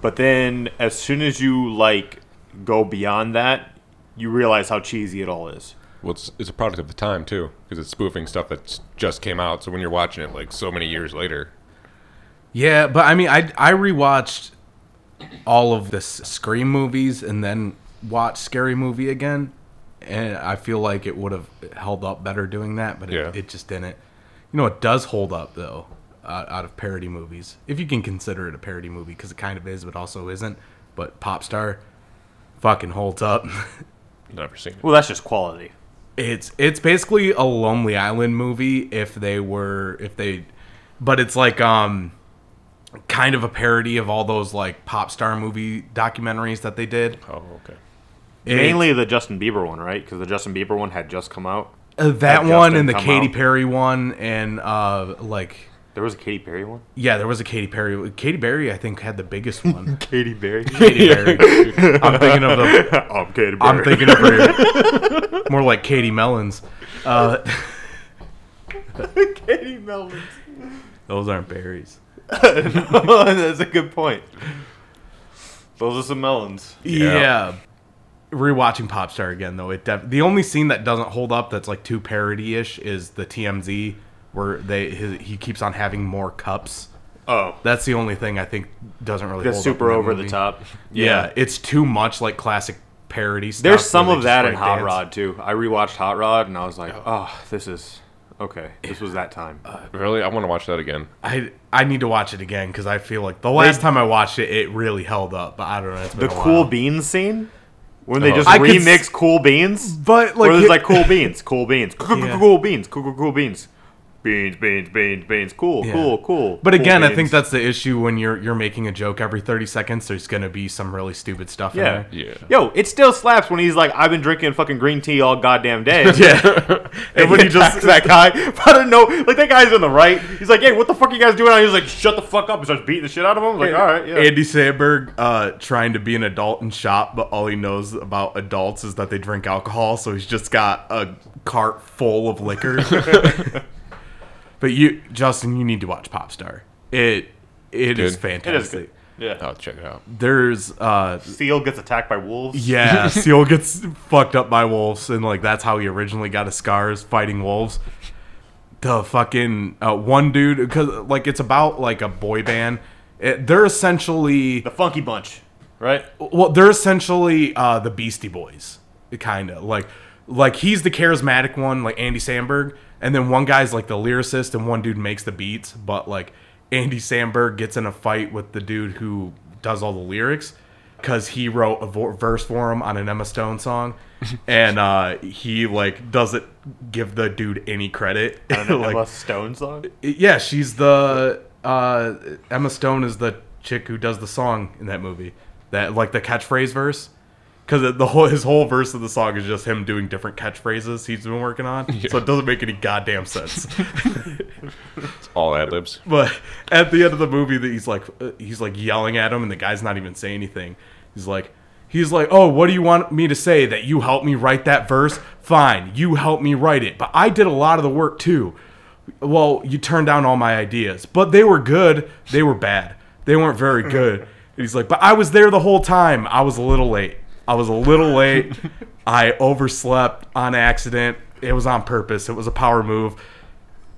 But then as soon as you like go beyond that, you realize how cheesy it all is. Well, it's, it's a product of the time too, because it's spoofing stuff that's just came out. So when you're watching it, like so many years later, Yeah, but I mean, I I rewatched all of the s- Scream movies and then watched Scary Movie again, and I feel like it would have held up better doing that, but it, Yeah. it just didn't. You know, it does hold up though, uh, out of parody movies, if you can consider it a parody movie, because it kind of is, but also isn't. But Popstar fucking holds up. never seen it. Well, that's just quality. It's it's basically a Lonely Island movie if they were if they but it's like um kind of a parody of all those like pop star movie documentaries that they did. Oh, okay. It's- Mainly the Justin Bieber one, right? Because the Justin Bieber one had just come out. uh, that Justin one and the come Katy out. Perry one and uh like There was a Katy Perry one. yeah, there was a Katy Perry. Katy Perry I think had the biggest one. Katy Perry. Katy Perry. I'm thinking of the I'm Katy Perry. I'm thinking of her more like Katie Mellons. Uh, Katy Melvin. those aren't berries. that's a good point. Those are some melons. Yeah. Yeah. Rewatching Popstar again though, it def- the only scene that doesn't hold up that's like too parody ish is the TMZ where they his, he keeps on having more cups. Oh, That's the only thing I think doesn't really. that's hold super up in that over the movie. top. Yeah. it's too much like classic parody stuff. There's some where they of just that in break Hot dance. Rod too. I rewatched Hot Rod and I was like, oh, this is okay. This was that Oh. time. Really, I want to watch that again. I I need to watch it again because I feel like the last time I watched it, it really held up. But I don't know. It's been the a while. Cool Beans scene when they Oh. just I could remix s- Cool Beans. But, where like, there's it- like Cool Beans, Cool Beans, cool, cool, Yeah. cool Beans, cool, cool, cool Beans, beans, beans, beans, beans. Cool, Yeah. cool, cool. But cool again, I beans. think that's the issue when you're you're making a joke every 30 seconds. There's gonna be some really stupid stuff. in Yeah. there. Yeah. Yo, it still slaps when he's like, I've been drinking fucking green tea all goddamn day. Yeah. And when he just that guy, I don't know, like that guy's on the right. He's like, "Hey, what the fuck you guys doing?" And he's like, "Shut the fuck up!" and starts beating the shit out of him. I'm like, all right, yeah. Andy Sandberg uh, trying to be an adult in shop, but all he knows about adults is that they drink alcohol, so he's just got a cart full of liquor. but you, Justin, you need to watch Popstar. It it Good. it is is fantastic. good. Yeah. I'll check it out. There's uh, Seal gets attacked by wolves. Yeah, Seal gets fucked up by wolves, and like that's how he originally got his scars fighting wolves. The fucking uh, one dude, because like it's about like a boy band. It, they're essentially The Funky Bunch, right? well, they're essentially uh, the Beastie Boys, kind of like like he's the charismatic one, like Andy Samberg, and then one guy's like the lyricist, and one dude makes the beats, but like Andy Samberg gets in a fight with the dude who does all the lyrics because he wrote a vo- verse for him on an Emma Stone song, and uh, he like doesn't give the dude any credit. And then Like, Emma Stone song. yeah, she's the uh, Emma Stone is the chick who does the song in that movie. That like the catchphrase verse, because the whole his whole verse of the song is just him doing different catchphrases he's been working on. So it doesn't make any goddamn sense. It's all ad libs. but at the end of the movie, that he's like uh, he's like yelling at him, and the guy's not even saying anything. He's like. He's like, oh, what do you want me to say? That you helped me write that verse? Fine, you helped me write it, but I did a lot of the work too well, you turned down all my ideas, but they were good. They were bad. They weren't very good. And he's like, but I was there the whole time. I was a little late. I was a little late. I overslept on accident. It was on purpose. It was a power move.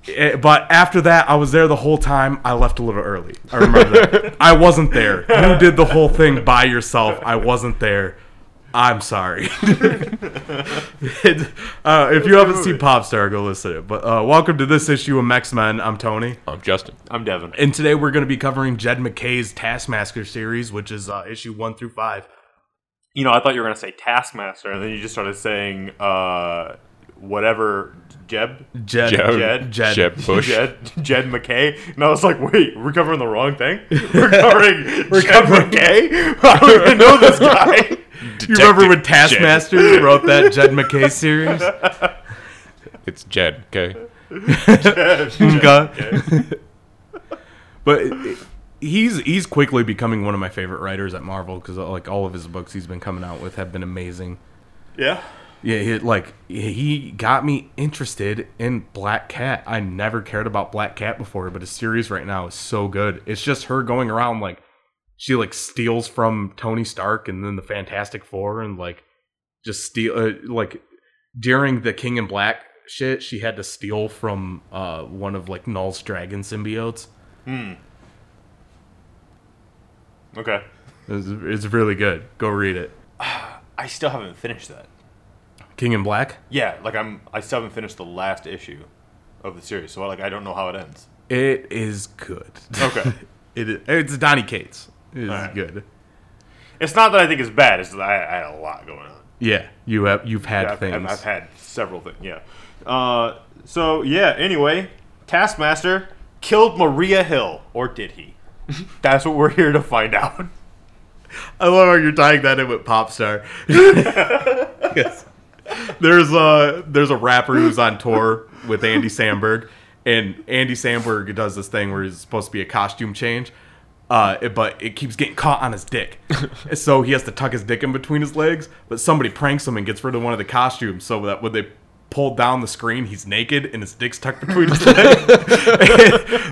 Eh, but after that, I was there the whole time. I left a little early. I remember that. I wasn't there. You did the whole thing by yourself. I wasn't there. I'm sorry. It- uh, if you haven't seen Popstar, go listen to it. But uh, welcome to this issue of Mex Men. I'm Tony, I'm Um, Justin. I'm Devin. and today we're going to be covering Jed McKay's Taskmaster series, which is uh, issue one through five. You know, I thought you were gonna say Taskmaster, and then you just started saying uh, whatever Jeb, Jed, Jeb, Jed- Jed. Jeb Bush. Jed, Jed McKay, and I was like, wait, we're covering the wrong thing. We're covering Jed covering- McKay. I don't even know this guy. you remember when Detective Jed. Taskmaster wrote that Jed McKay series? It's Jed. Okay. Mkay. but it- it- he's he's quickly becoming one of my favorite writers at Marvel because like all of his books he's been coming out with have been amazing. yeah. Yeah, he, like he got me interested in Black Cat. I never cared about Black Cat before, but his series right now is so good. It's just her going around like she like steals from Tony Stark and then the Fantastic Four and like just steal uh, like during the King in Black shit, she had to steal from uh, one of like Null's dragon symbiotes. Okay. It's, it's really good. Go read it. I still haven't finished that. King in Black. Yeah, like I'm. I still haven't finished the last issue of the series, so like I don't know how it ends. It is good. Okay. it it's Donny Cates. It's Alright. good. it's not that I think it's bad. It's that I, I had a lot going on. Yeah, you have you've had I've, things. I've, I've had several things. Yeah. Uh, so yeah. Anyway, Taskmaster killed Maria Hill, or did he? That's what we're here to find out. I love how you're tying that in with pop star. Yes. There's a there's a rapper who's on tour with Andy Samberg, and Andy Samberg does this thing where he's supposed to be a costume change, uh, it- but it keeps getting caught on his dick, so he has to tuck his dick in between his legs. But somebody pranks him and gets rid of one of the costumes, so that when they pull down the screen, he's naked and his dick's tucked between his legs.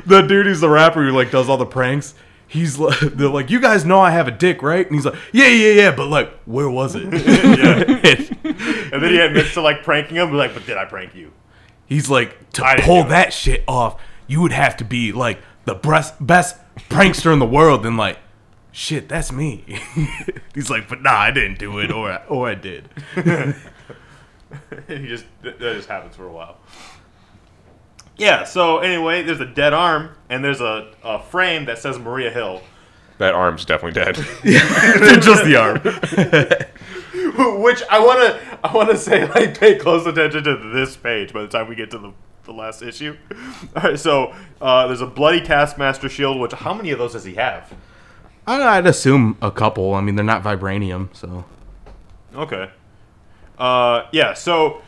the dude who's the rapper who like does all the pranks. He's like, they're like, you guys know I have a dick, right? And he's like, yeah, yeah, yeah, but like, where was it? And then he admits to like pranking him. Like, but did I prank you? He's like, to I didn't pull do it. that shit off, you would have to be like the best, best prankster in the world. And like, shit, that's me. He's like, but nah, I didn't do it, or I, or I did. he just that that just happens for a while. Yeah. So anyway, there's a dead arm, and there's a, a frame that says Maria Hill. That arm's definitely dead. Just the arm. Which I want to, I want to say, like, pay close attention to this page by the time we get to the, the last issue. All right, so uh, there's a bloody Taskmaster shield. Which how many of those does he have? I, I'd assume a couple. I mean, they're not vibranium, so Okay. Uh, yeah. So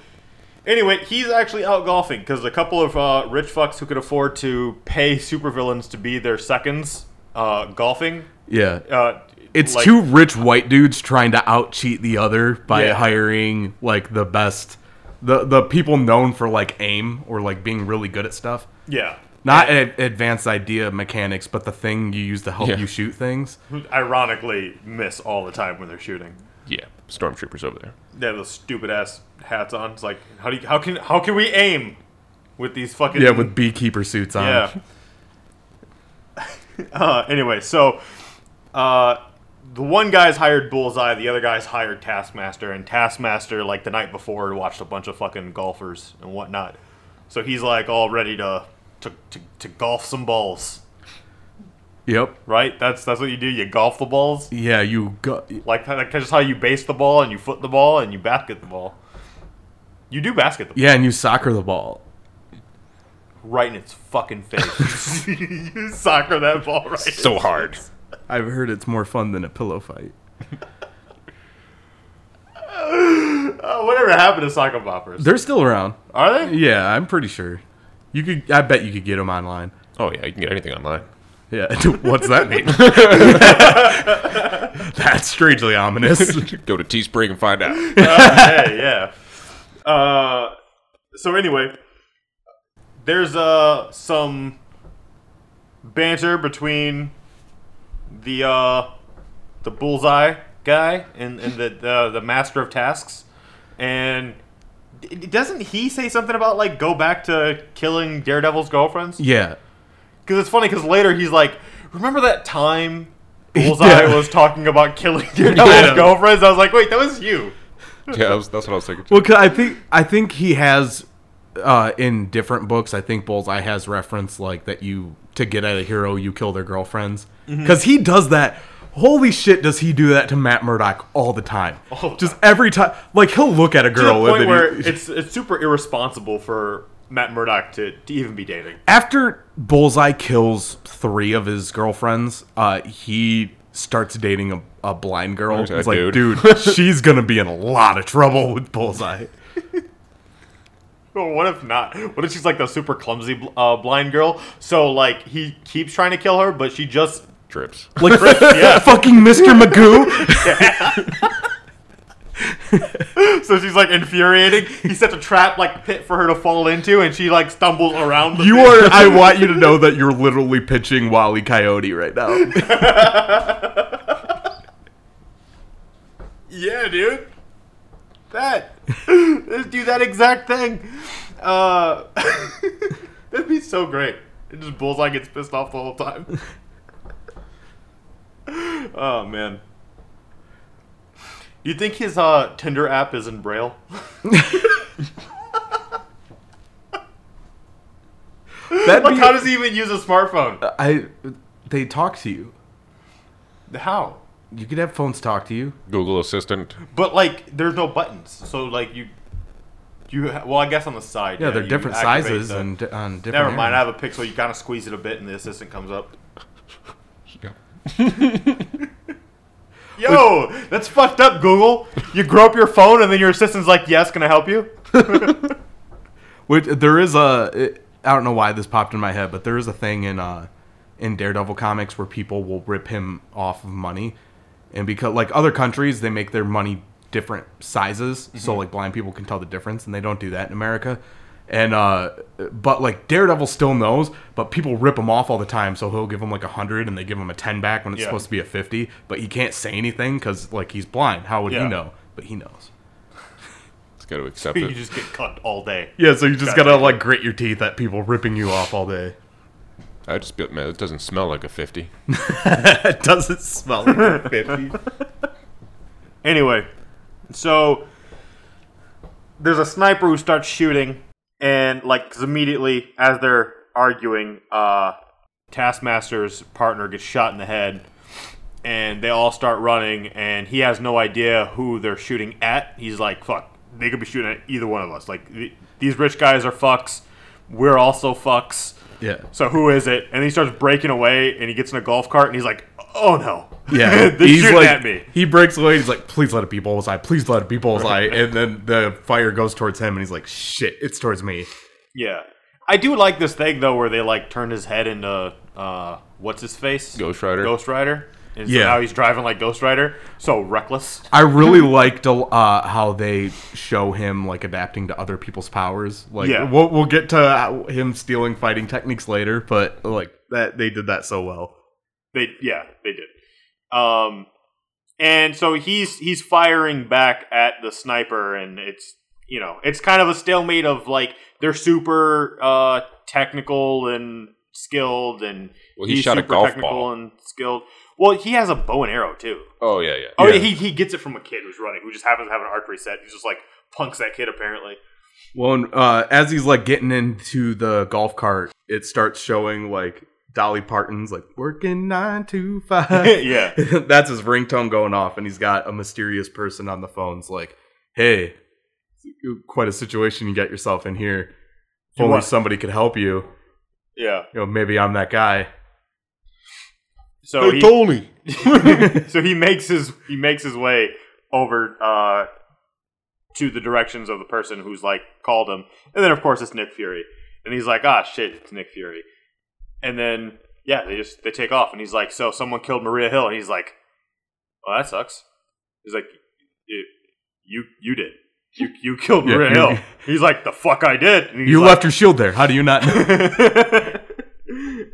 anyway, he's actually out golfing because a couple of uh, rich fucks who could afford to pay supervillains to be their seconds uh, golfing. yeah. Uh, It's like- two rich white dudes trying to out cheat the other by Yeah. hiring like the best, the the people known for like aim or like being really good at stuff. Yeah. Not ad- advanced idea mechanics, but the thing you use to help Yeah. you shoot things. Ironically, miss all the time when they're shooting. yeah, stormtroopers over there. They have those stupid ass hats on. It's like, how do you, how can how can we aim with these fucking Yeah, with beekeeper suits on. yeah. uh, anyway, so uh, the one guy's hired Bullseye, the other guy's hired Taskmaster, and Taskmaster like the night before watched a bunch of fucking golfers and whatnot. So he's like all ready to to, to, to golf some balls, Yep. right? That's that's what you do. You golf the balls. Yeah, you go. Like that- that's just how you base the ball and you foot the ball and you basket the ball. You do basket the ball Yeah, and you soccer the ball. right in its fucking face. you soccer that ball right. in So its hard. face. I've heard it's more fun than a pillow fight. Uh, whatever happened to soccer boppers? They're still around. Are they? Yeah, I'm pretty sure. You could. I bet you could get them online. Oh yeah, you can get anything online. Yeah. What's that mean? That's strangely ominous. Go to Teespring and find out. hey, yeah. Uh, so anyway, there's uh some banter between the uh the bullseye guy and and the uh, the master of tasks, and d- doesn't he say something about like go back to killing Daredevil's girlfriends? Yeah. Because it's funny because later he's like, remember that time. Bullseye Yeah. was talking about killing Daredevil's Yeah. girlfriends. I was like, wait, that was you. Yeah, that was, that's what I was thinking. Well, 'cause I think I think he has uh, in different books. I think Bullseye has reference like that you to get at a hero, you kill their girlfriends because he does that. Holy shit, does he do that to Matt Murdock all the time? All the Just every time, like he'll look at a to the girl e- point and where then he, it's it's super irresponsible for Matt Murdock to, to even be dating. after Bullseye kills three of his girlfriends, uh, he starts dating a, a blind girl. Okay, It's like, dude, dude. she's gonna be in a lot of trouble with Bullseye. Well, what if not? What if she's like the super clumsy bl- uh, blind girl? So like he keeps trying to kill her, but she just Trips. Like fucking Mr. Magoo. so she's like infuriating. He sets a trap like pit for her to fall into, and she like stumbles around. The You are. I want you to know that you're literally pitching Wally Coyote right now. Yeah, dude. That. Let's do that exact thing. Uh, that'd be so great. It just bullseye gets pissed off the whole time. oh man. You think his uh, Tinder app is in Braille? That'd Like, be- how does he even use a smartphone? I. They talk to you. How? You could have phones talk to you. Google Assistant. But like, there's no buttons, so like you, you. ha- Well, I guess on the side. Yeah, they're you different activate sizes the- and di- on different. Never mind. I areas. have a pixel. You kind of squeeze it a bit, and the assistant comes up. Yeah. Yo, that's fucked up, Google. You grow up your phone, and then your assistant's like, "Yes, can I help you?" Which there is a. It, I don't know why this popped in my head, but there is a thing in uh, in Daredevil comics where people will rip him off of money, and because like other countries, they make their money different sizes, so like blind people can tell the difference, and they don't do that in America. And uh, but like Daredevil still knows, but people rip him off all the time, so he'll give him like a hundred, and they give him a ten back when it's Yeah. supposed to be a fifty, but he can't say anything because like he's blind. How would Yeah. he know? But he knows. It's got to accept You it. just get cut all day. Yeah, so you just Gotcha. gotta like grit your teeth at people ripping you off all day. I just be like, man, it doesn't smell like a 50. It doesn't smell like a 50. Anyway, so there's a sniper who starts shooting, and like 'cause immediately as they're arguing, uh, Taskmaster's partner gets shot in the head, and they all start running, and he has no idea who they're shooting at. He's like, "Fuck, they could be shooting at either one of us. Like th- these rich guys are fucks. We're also fucks." Yeah. So who is it? And he starts breaking away, and he gets in a golf cart, and he's like, "Oh no! Yeah. they're he's shooting like, at me." He breaks away. He's like, please let it be bullseye. Please let it be bullseye. and then the fire goes towards him and he's like, shit, it's towards me. Yeah. I do like this thing though where they like turned his head into uh what's his face? Ghost Rider. Ghost Rider. And Yeah. so now he's driving like Ghost Rider. So reckless. I really liked uh, how they show him like adapting to other people's powers. Like, Yeah. we'll, we'll get to uh, him stealing fighting techniques later, but like that they did that so well. They yeah, they did. Um and so he's he's firing back at the sniper and it's you know, it's kind of a stalemate of like they're super uh technical and skilled and Well, he he's shot a super golf technical ball. and skilled. Well, he has a bow and arrow too. Oh, yeah, yeah. Oh, Yeah. yeah. he he gets it from a kid who's running, who just happens to have an archery set. He's just like punks that kid apparently. Well, and, uh, as he's like getting into the golf cart, it starts showing like Dolly Parton's like working nine to five. yeah, That's his ringtone going off, and he's got a mysterious person on the phone's like, "Hey, quite a situation you got yourself in here. If You only what?" somebody could help you. yeah. You know, maybe I'm that guy." So he, Tony. so he makes his he makes his way over uh, to the directions of the person who's like called him, and then of course it's Nick Fury, and he's like, ah, shit, it's Nick Fury, and then yeah, they just they take off, and he's like, so someone killed Maria Hill, and he's like, well, that sucks. He's like, "You- you you did. You, you killed Yeah, Maria you- Hill. He's like, the fuck I did. And he's you like, left your shield there. How do you not? know?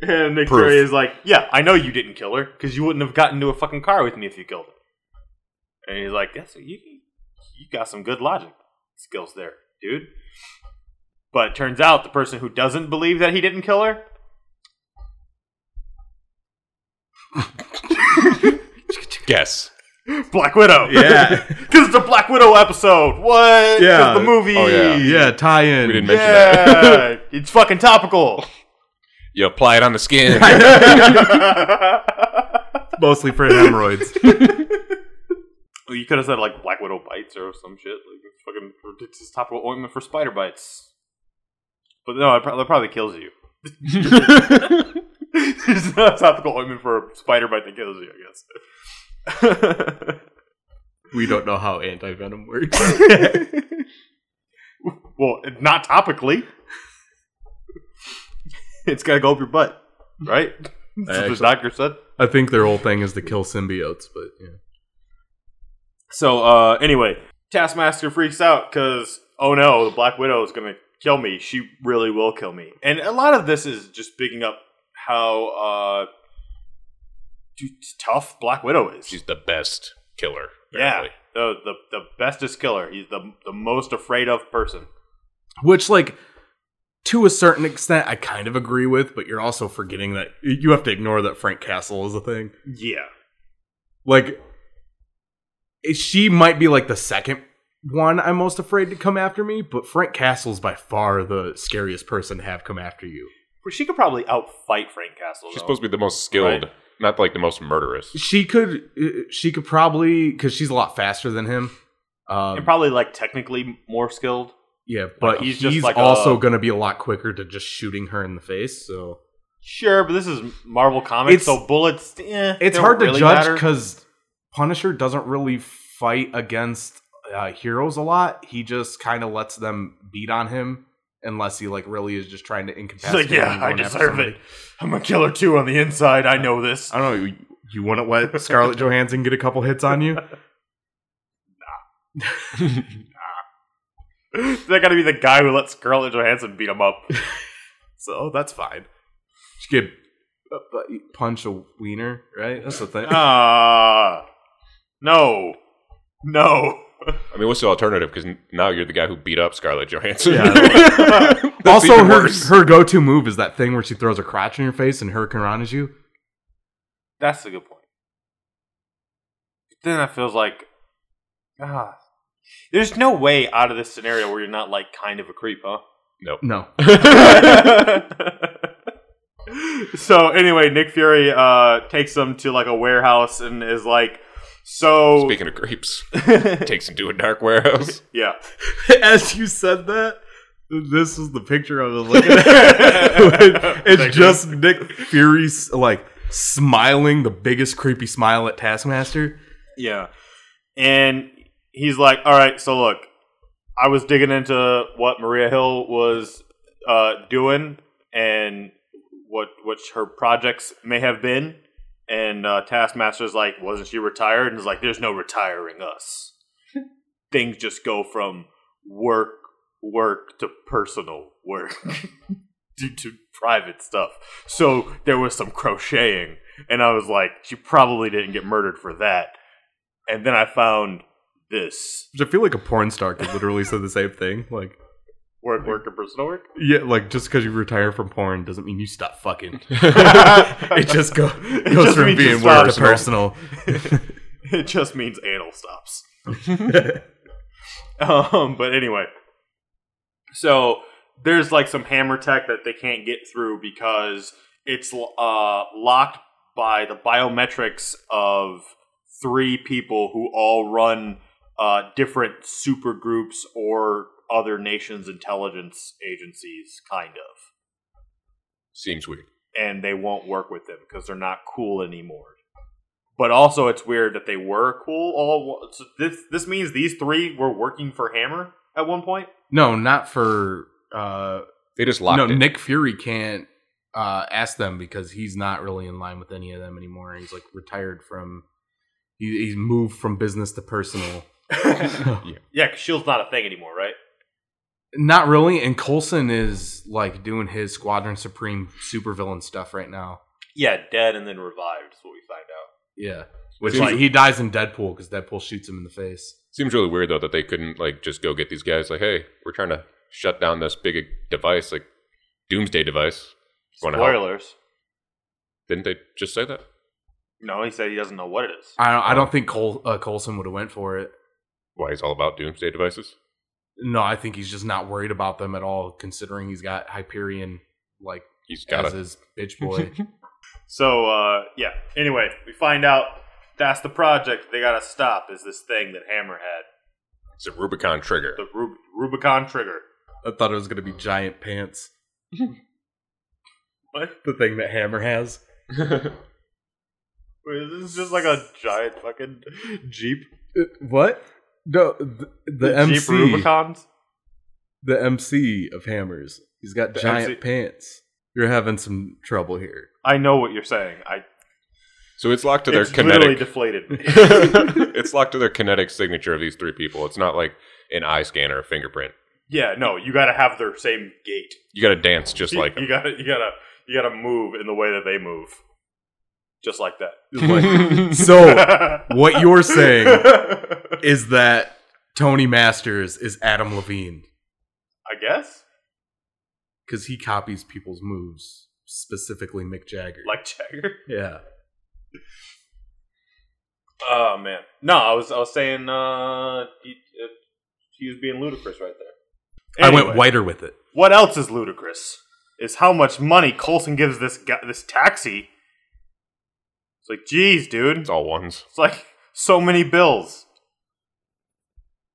and Nick Proof. Fury is like, "Yeah, I know you didn't kill her because you wouldn't have gotten into a fucking car with me if you killed her." And he's like, "That's you. You got some good logic skills there, dude." But it turns out the person who doesn't believe that he didn't kill her, Guess. Black Widow. Yeah. because it's a Black Widow episode. What? 'Cause Yeah. the movie. Oh, yeah. yeah, tie in. We didn't mention that. Yeah, it's fucking topical. You apply it on the skin. Mostly for hemorrhoids. Well, Oh, You could have said like Black Widow bites or some shit. Like it's fucking it's this topical ointment for spider bites. But no, it probably, probably kills you. There's not a topical ointment for a spider bite that kills you, I guess. we don't know how anti venom works. well, not topically. It's gotta go up your butt, right? That's what the Actually- doctor said. I think their whole thing is to kill symbiotes, but yeah. So uh, anyway, Taskmaster freaks out because oh no, the Black Widow is gonna kill me. She really will kill me. And a lot of this is just bigging up how uh, t- tough Black Widow is. She's the best killer. yeah, apparently. the, the the bestest killer. He's the the most afraid of person. which like to a certain extent I kind of agree with, but you're also forgetting that you have to ignore that Frank Castle is a thing. Yeah, Like eh, she might be like the second one I'm most afraid to come after me, but Frank Castle's by far the scariest person to have come after you. Well, she could probably outfight Frank Castle. She's supposed to be the most skilled, Right. not like the most murderous. She could eh, she could probably cuz she's a lot faster than him. Um, and probably like technically more skilled. yeah, but he's he's, just like also a- going to be a lot quicker to just shooting her in the face, so Sure, but this is Marvel Comics, It's- so bullets. Eh, it's don't hard to really judge matter. because Punisher doesn't really fight against uh, heroes a lot. He just kind of lets them beat on him unless he like really is just trying to She's incapacitate. like, yeah, him I going after deserve somebody." it. I'm a killer too on the inside. I know this. I don't know. You, you wouldn't let Scarlett Johansson get a couple hits on you? that got to be the guy who let Scarlett Johansson beat him up. So that's fine. Just get uh, bu- punch a wiener, right? That's the thing. Ah, no, no. I mean, what's the alternative? Because now you're the guy who beat up Scarlett Johansson. Yeah. That's also, even her worse. her go to move is that thing where she throws her crotch in your face and her karanas you. That's a good point. But then that feels like, ah, there's no way out of this scenario where you're not like kind of a creep, huh? No, so anyway, Nick Fury uh, takes them to like a warehouse and is like, "So Speaking of creeps, takes him to a dark warehouse. yeah, as you said that, this was the picture I was looking at. Thank it's just Nick Fury like smiling, the biggest creepy smile at Taskmaster. yeah," and he's like, "All right, so look, I was digging into what Maria Hill was uh, doing and what what her projects may have been." And uh, Taskmaster's like, "Wasn't she retired?" And is like, "There's no retiring us. Things just go from work, work to personal work, to, to private stuff." So there was some crocheting, and I was like, "She probably didn't get murdered for that." And then I found this Which I feel like a porn star could literally say the same thing. Like, work, work, and personal work. yeah, like just because you retire from porn doesn't mean you stop fucking. it It just just go, goes just from means you being work to stop. personal. it just means anal stops. Um, but anyway, so there's like some hammer tech that they can't get through because it's uh, locked by the biometrics of three people who all run uh, different super groups or other nations' intelligence agencies, kind of. Seems weird. and they won't work with them because they're not cool anymore. But also, it's weird that they were cool. All so this this means these three were working for Hammer at one point. no, not for. Uh, They just locked no, it. Nick Fury can't uh, ask them because he's not really in line with any of them anymore. He's like retired from. He, he's moved from business to personal. Yeah, 'cause Shield's not a thing anymore, right? Not really. And Colson is like doing his Squadron Supreme supervillain stuff right now. Yeah, dead and then revived is what we find out. Yeah. Which Seems- like he dies in Deadpool because Deadpool shoots him in the face. Seems really weird though that they couldn't like just go get these guys. Like, hey, we're trying to shut down this big device, like doomsday device. Wanna help? Spoilers. Didn't they just say that? No, he said he doesn't know what it is. I don't, I don't think Col- uh, Colson would have went for it. Why he's all about doomsday devices? No, I think he's just not worried about them at all, considering he's got Hyperion like He's as got it. his bitch boy. So uh, yeah. Anyway, we find out that's the project they got to stop. Is this thing that Hammer had It's a Rubicon trigger. the Rub- Rubicon trigger? I thought it was gonna be giant pants. What? The thing that Hammer has. Wait, this is just like a giant fucking jeep. Uh, What? No, the, the, Jeep Rubicons. the MC of Hammers. He's got The giant MC pants. You're having some trouble here. I know what you're saying. I So it's locked to their It's literally kinetic. deflated. it's locked to their kinetic signature of these three people. It's not like an eye scan or a fingerprint. yeah, no, you got to have their same gait. You got to dance just You- like them. you got to you got to you got to move in the way that they move, just like that. So what you're saying is that Tony Masters is Adam Levine I guess because he copies people's moves, specifically Mick Jagger. like Jagger. yeah. Oh man, no, I was I was saying uh, he, uh, he was being ludicrous right there. I Anyway. went whiter with it. What else is ludicrous is how much money Colson gives this guy, this taxi. It's like, geez, dude. It's all ones. It's like so many bills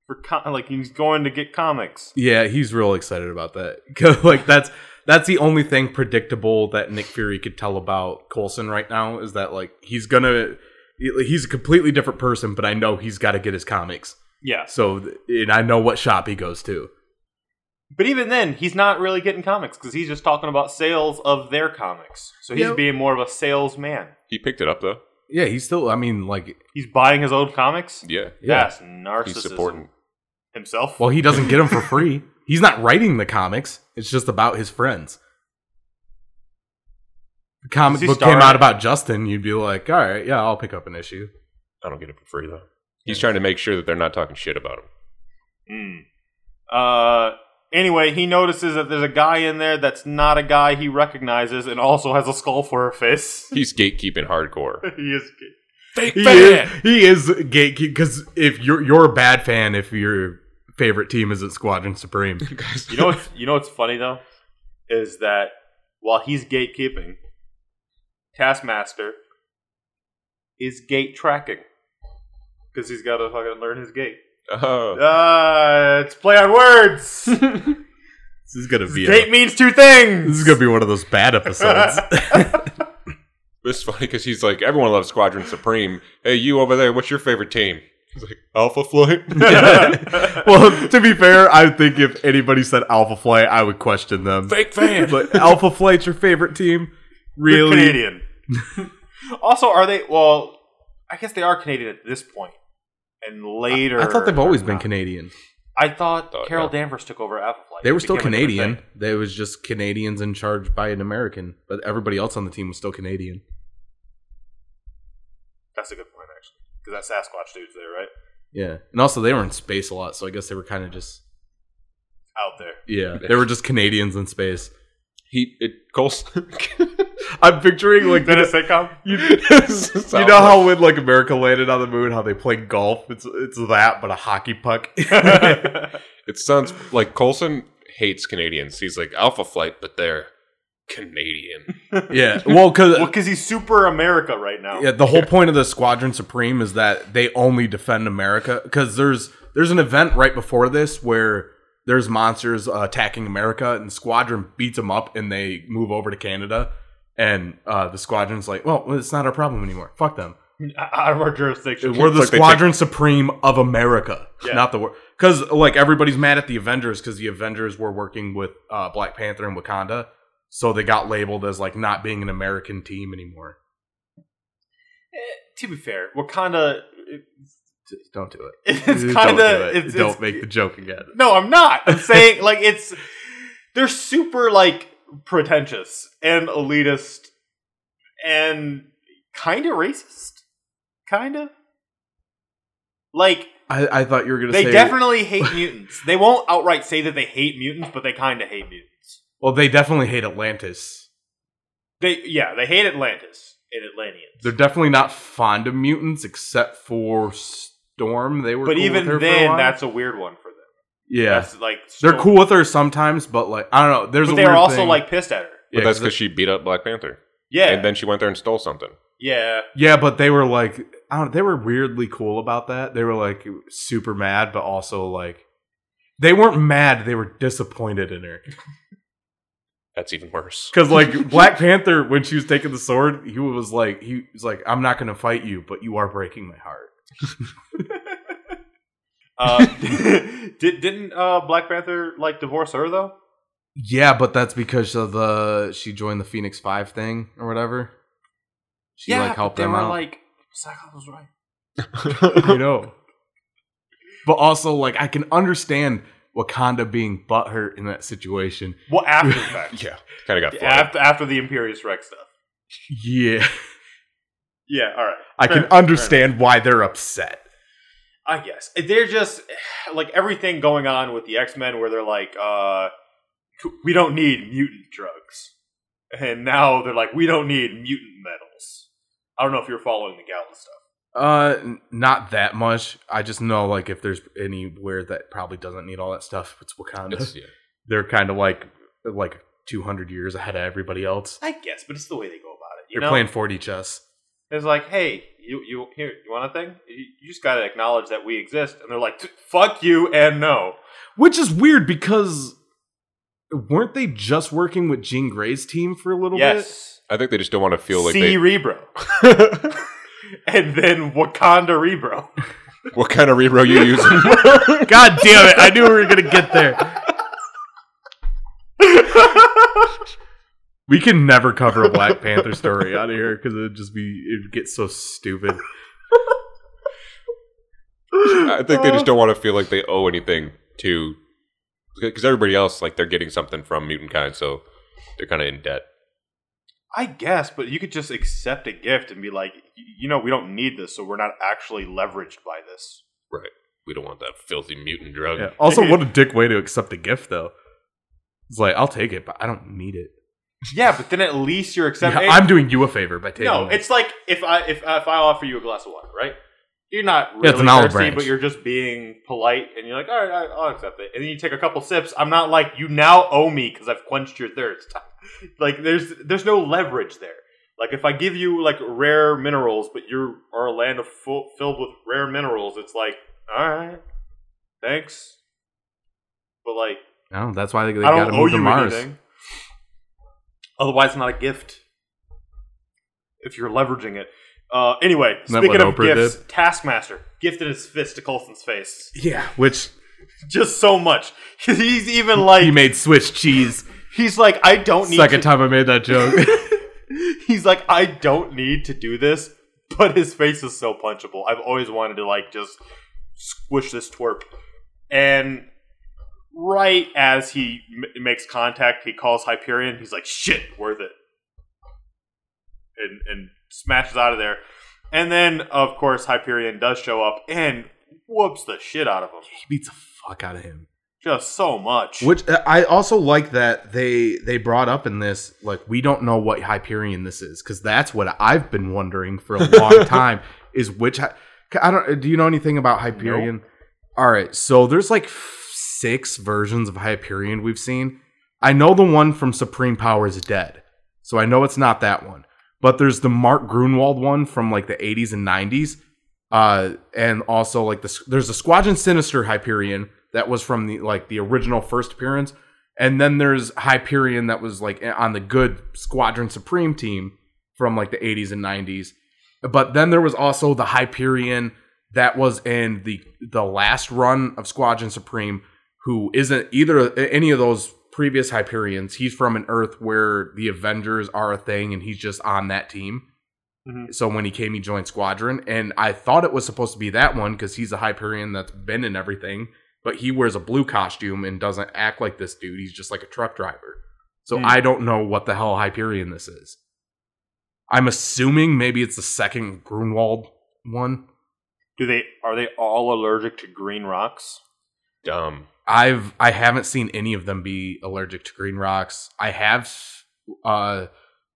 for co- like he's going to get comics. Yeah, he's real excited about that. 'Cause, like that's that's the only thing predictable that Nick Fury could tell about Colson right now is that like he's gonna he- he's a completely different person, but I know he's got to get his comics. Yes, So th- and I know what shop he goes to. but even then, he's not really getting comics because he's just talking about sales of their comics. So he's Yeah. being more of a salesman. He picked it up though. Yeah, he's still. I mean, like He's buying his own comics. Yeah. yeah. That's narcissism He's supporting. himself. Well, he doesn't get them for free. He's not writing the comics. It's just about his friends. The comic Does he book star came in out it? about Justin. You'd be like, all right, yeah, I'll pick up an issue. I don't get it for free though. He's trying to make sure that they're not talking shit about him. Mm. Uh, anyway, he notices that there's a guy in there that's not a guy he recognizes and also has a skull for a face. He's gatekeeping hardcore. he is. Fake he is, he is gatekeep because if you're you're a bad fan if your favorite team isn't Squadron Supreme. You know what's you know what's funny though is that while he's gatekeeping, Taskmaster is gate tracking because he's got to fucking learn his gate. Oh. Uh, it's play on words. This is gonna be Gate means two things. this is gonna be one of those bad episodes. It's funny because he's like, everyone loves Squadron Supreme. Hey, you over there, what's your favorite team? He's like, Alpha Flight. well, to be fair, I think if anybody said Alpha Flight, I would question them. Fake fan. But Alpha Flight's your favorite team, They're really? Canadian. also, are they? Well, I guess they are Canadian at this point, and later. I thought they've always they're been not. Canadian. I thought Thought, Carol yeah. Danvers took over Alpha Flight. They were It still became a different Canadian. thing. They was just Canadians in charge by an American, but everybody else on the team was still Canadian. That's a good point, actually, because that Sasquatch dude's there, right? Yeah, and also they were in space a lot, so I guess they were kind of just Out there. Yeah, they were just Canadians in space. he, it, Colson. I'm picturing like you know, sitcom? you, you know how when like America landed on the moon, how they play golf. It's it's that, but a hockey puck. It sounds like Colson hates Canadians. He's like, Alpha Flight, but they're Canadian. yeah, well, because well, because he's super America right now. yeah, the whole point of the Squadron Supreme is that they only defend America. Because there's there's an event right before this where there's monsters uh, attacking America, and Squadron beats them up, and they move over to Canada. And uh, the squadron's like, well, it's not our problem anymore. Fuck them. Out of our jurisdiction. We're the like they squadron supreme of America, Yeah. not the world. Because like everybody's mad at the Avengers because the Avengers were working with uh, Black Panther and Wakanda, so they got labeled as like not being an American team anymore. to be fair, Wakanda. It, Just Don't do it. it's Don't kind do of. it. it's, Don't it's- make the joke again. No, I'm not. I'm saying like it's they're super like pretentious and elitist and kind of racist, kind of. Like I, I thought you were gonna they say. definitely hate mutants. They won't outright say that they hate mutants, but they kind of hate mutants. well, they definitely hate Atlantis. They yeah, they hate Atlantis and Atlanteans. They're definitely not fond of mutants, except for Storm. They were, but cool with her even for a then, while. that's a weird one for them. yeah. That's like they're so- cool with her sometimes, but like I don't know. There's But a they're weird also thing- like pissed at her. But Yeah, that's 'cause because she beat up Black Panther. Yeah, And then she went there and stole something. yeah. Yeah, but they were like, I don't. They were weirdly cool about that. They were like super mad, but also like, they weren't mad. They were disappointed in her That's even worse. because like Black Panther, when she was taking the sword, he was like, he was like, I'm not gonna fight you, but you are breaking my heart. Uh, did, didn't uh, Black Panther like divorce her though? uh, Yeah, but that's because of the she joined the Phoenix Five thing or whatever. She like helped they them were out. like, Cyclops was right. you know. But also, like, I can understand Wakanda being butthurt in that situation. Well, after the fact. yeah, kind of got flagged. after, after the Imperious Rex stuff. Yeah, Yeah, all right. I can Fair- fair understand why they're upset. I guess they're just like everything going on with the X Men, where they're like, uh, we don't need mutant drugs, and now they're like, we don't need mutant metals. I don't know if you're following the Gala stuff. Uh, n- not that much. I just know, like, if there's anywhere that probably doesn't need all that stuff, it's Wakanda. It's- yeah. they're kind of like like 200 years ahead of everybody else. I guess, but it's the way they go about it. You They're know, playing 40 chess. it's like, hey, you you here, you want a thing? You, you just gotta acknowledge that we exist, and they're like, "T- fuck you and no. Which is weird because weren't they just working with Jean Grey's team for a little bit? Yes, I think they just don't want to feel like see they. Rebro, and then Wakanda Rebro. what kind of reroll you using? God damn it. I knew we were going to get there. We can never cover a Black Panther story out of here because it'd just be, it'd get so stupid. I think they just don't want to feel like they owe anything to. Because everybody else, like, they're getting something from mutant kind, so they're kind of in debt. I guess, but you could just accept a gift and be like, "Y- you know, we don't need this, so we're not actually leveraged by this. We don't want that filthy mutant drug. Yeah. Also, what a dick way to accept a gift, though. It's like, I'll take it, but I don't need it. Yeah, but then at least you're accepting. Yeah, I'm doing you a favor by taking no, it. it's like if I if if I offer you a glass of water, right? You're not really Yeah, it's an olive thirsty, branch. but you're just being polite, and you're like, all right, I, I'll accept it. And then you take a couple sips. I'm not like you now owe me because I've quenched your thirst. like there's there's no leverage there. Like if I give you like rare minerals, but you are a land of full, filled with rare minerals, it's like, all right, thanks. But like, No, Oh, that's why they, they I got don't to owe move to you Mars. anything. Otherwise, it's not a gift. If you're leveraging it. Uh, anyway, Isn't that speaking what of Oprah gifts, Taskmaster gifted his fist to Colson's face Yeah, which just so much. He's even like he made Swiss cheese. he's like I don't need Second to- time I made that joke. he's like I don't need to do this, but his face is so punchable. I've always wanted to like just squish this twerp. And right as he m- makes contact, he calls Hyperion. He's like, "Shit, worth it," and and smashes out of there. And then, of course, Hyperion does show up and whoops the shit out of him. he beats the fuck out of him. Just so much. Which uh, I also like that they they brought up in this like we don't know what Hyperion this is because that's what I've been wondering for a long time is which Hy- I don't do you know anything about Hyperion? All right, so there's like f- six versions of Hyperion we've seen. I know the one from Supreme Power is dead, so I know it's not that one. But there's the Mark Grunwald one from like the 80s and 90s, uh, and also like the there's a Squadron Sinister Hyperion that was from the like the original first appearance, and then there's Hyperion that was like eh, on the good Squadron Supreme team from like the 80s and 90s. But then there was also the Hyperion that was in the the last run of Squadron Supreme, who isn't either any of those previous Hyperions. He's from an Earth where the Avengers are a thing, and he's just on that team. Mhm. So when he came, he joined Squadron, and I thought it was supposed to be that one because he's a Hyperion that's been in everything, but he wears a blue costume and doesn't act like this dude. He's just like a truck driver. So Hmm. I don't know what the hell Hyperion this is. I'm assuming maybe it's the second Grunwald one. Do they are they all allergic to green rocks? Dumb. I've I haven't seen any of them be allergic to green rocks. I have uh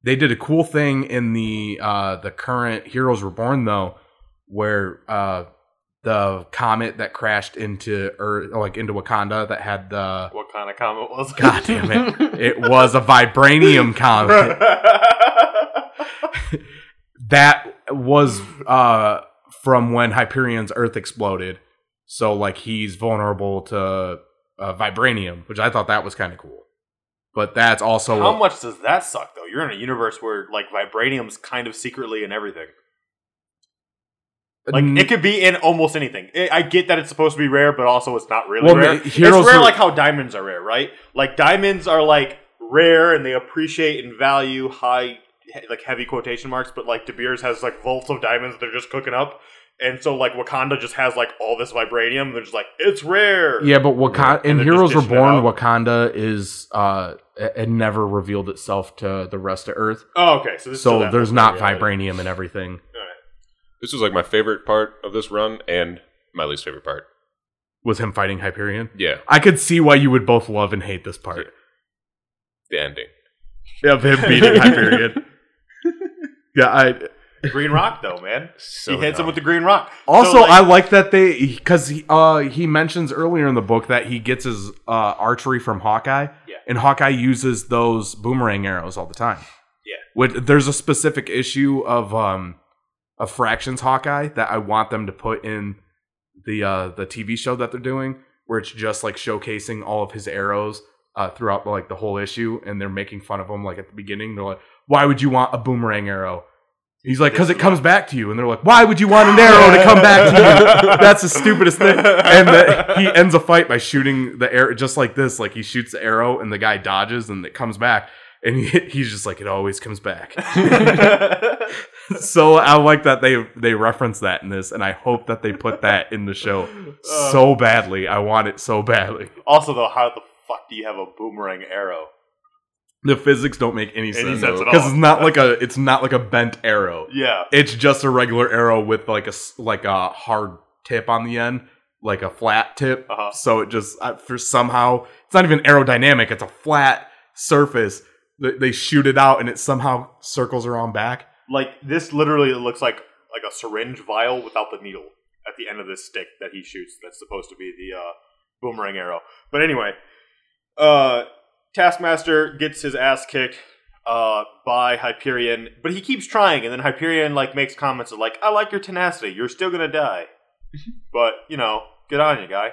they did a cool thing in the uh the current Heroes Reborn though where uh the comet that crashed into Earth like into Wakanda that had the What kind of comment was it? God damn it. It was a vibranium comet. that was uh from when Hyperion's Earth exploded. So like he's vulnerable to uh, vibranium, which I thought that was kind of cool. But that's also How much does that suck though? You're in a universe where like vibranium's kind of secretly in everything. Like Mm, it could be in almost anything. I I get that it's supposed to be rare, but also it's not really Well, rare. ma- heroes it's rare are- like how diamonds are rare, right? Like diamonds are like rare and they appreciate in value high he- like heavy quotation marks, but like De Beers has like vaults of diamonds they're just cooking up, and so like Wakanda just has like all this vibranium. They're just like it's rare. Yeah, but Wakanda in they're just Heroes dishing it Reborn, out. Wakanda is uh a- had never revealed itself to the rest of Earth. Oh, okay. So this is So that there's one. not Yeah, yeah. vibranium and everything. This was like my favorite part of this run and my least favorite part. Was him fighting Hyperion? Yeah, I could see why you would both love and hate this part the ending. of him beating Hyperion. Yeah, I Green Rock though, man. So he hits him dumb. with the Green Rock. So, also like- I like that they because he, uh, he mentions earlier in the book that he gets his uh, archery from Hawkeye, Yeah. and Hawkeye uses those boomerang arrows all the time. Yeah. With, there's a specific issue of um of Fractions Hawkeye that I want them to put in the uh, the TV show that they're doing, where it's just like showcasing all of his arrows uh, throughout like the whole issue, and they're making fun of him like at the beginning. They're like, "Why would you want a boomerang arrow?" He's like, "Cause it comes back to you," and they're like, "Why would you want an arrow to come back to you?" That's the stupidest thing. And the, he ends a fight by shooting the arrow just like this. Like he shoots the arrow, and the guy dodges, and it comes back. And he, he's just like, "It always comes back." so I like that they they reference that in this, and I hope that they put that in the show Uh. so badly. I want it so badly. Um, also though, how the fuck do you have a boomerang arrow? The physics don't make any Any sense sense at all? because it's not like a it's not like a bent arrow. Yeah. It's just a regular arrow with like a s- like a hard tip on the end, like a flat tip. Uh-huh. So it just I, for somehow it's not even aerodynamic. It's a flat surface. They, they shoot it out, and it somehow circles around back. Like this literally looks like like a syringe vial without the needle at the end of this stick that he shoots. That's supposed to be the uh, boomerang arrow. But anyway, uh, Taskmaster gets his ass kicked uh, by Hyperion, but he keeps trying, and then Hyperion like makes comments of like, "I like your tenacity. You're still gonna die, but you know, good on you, guy."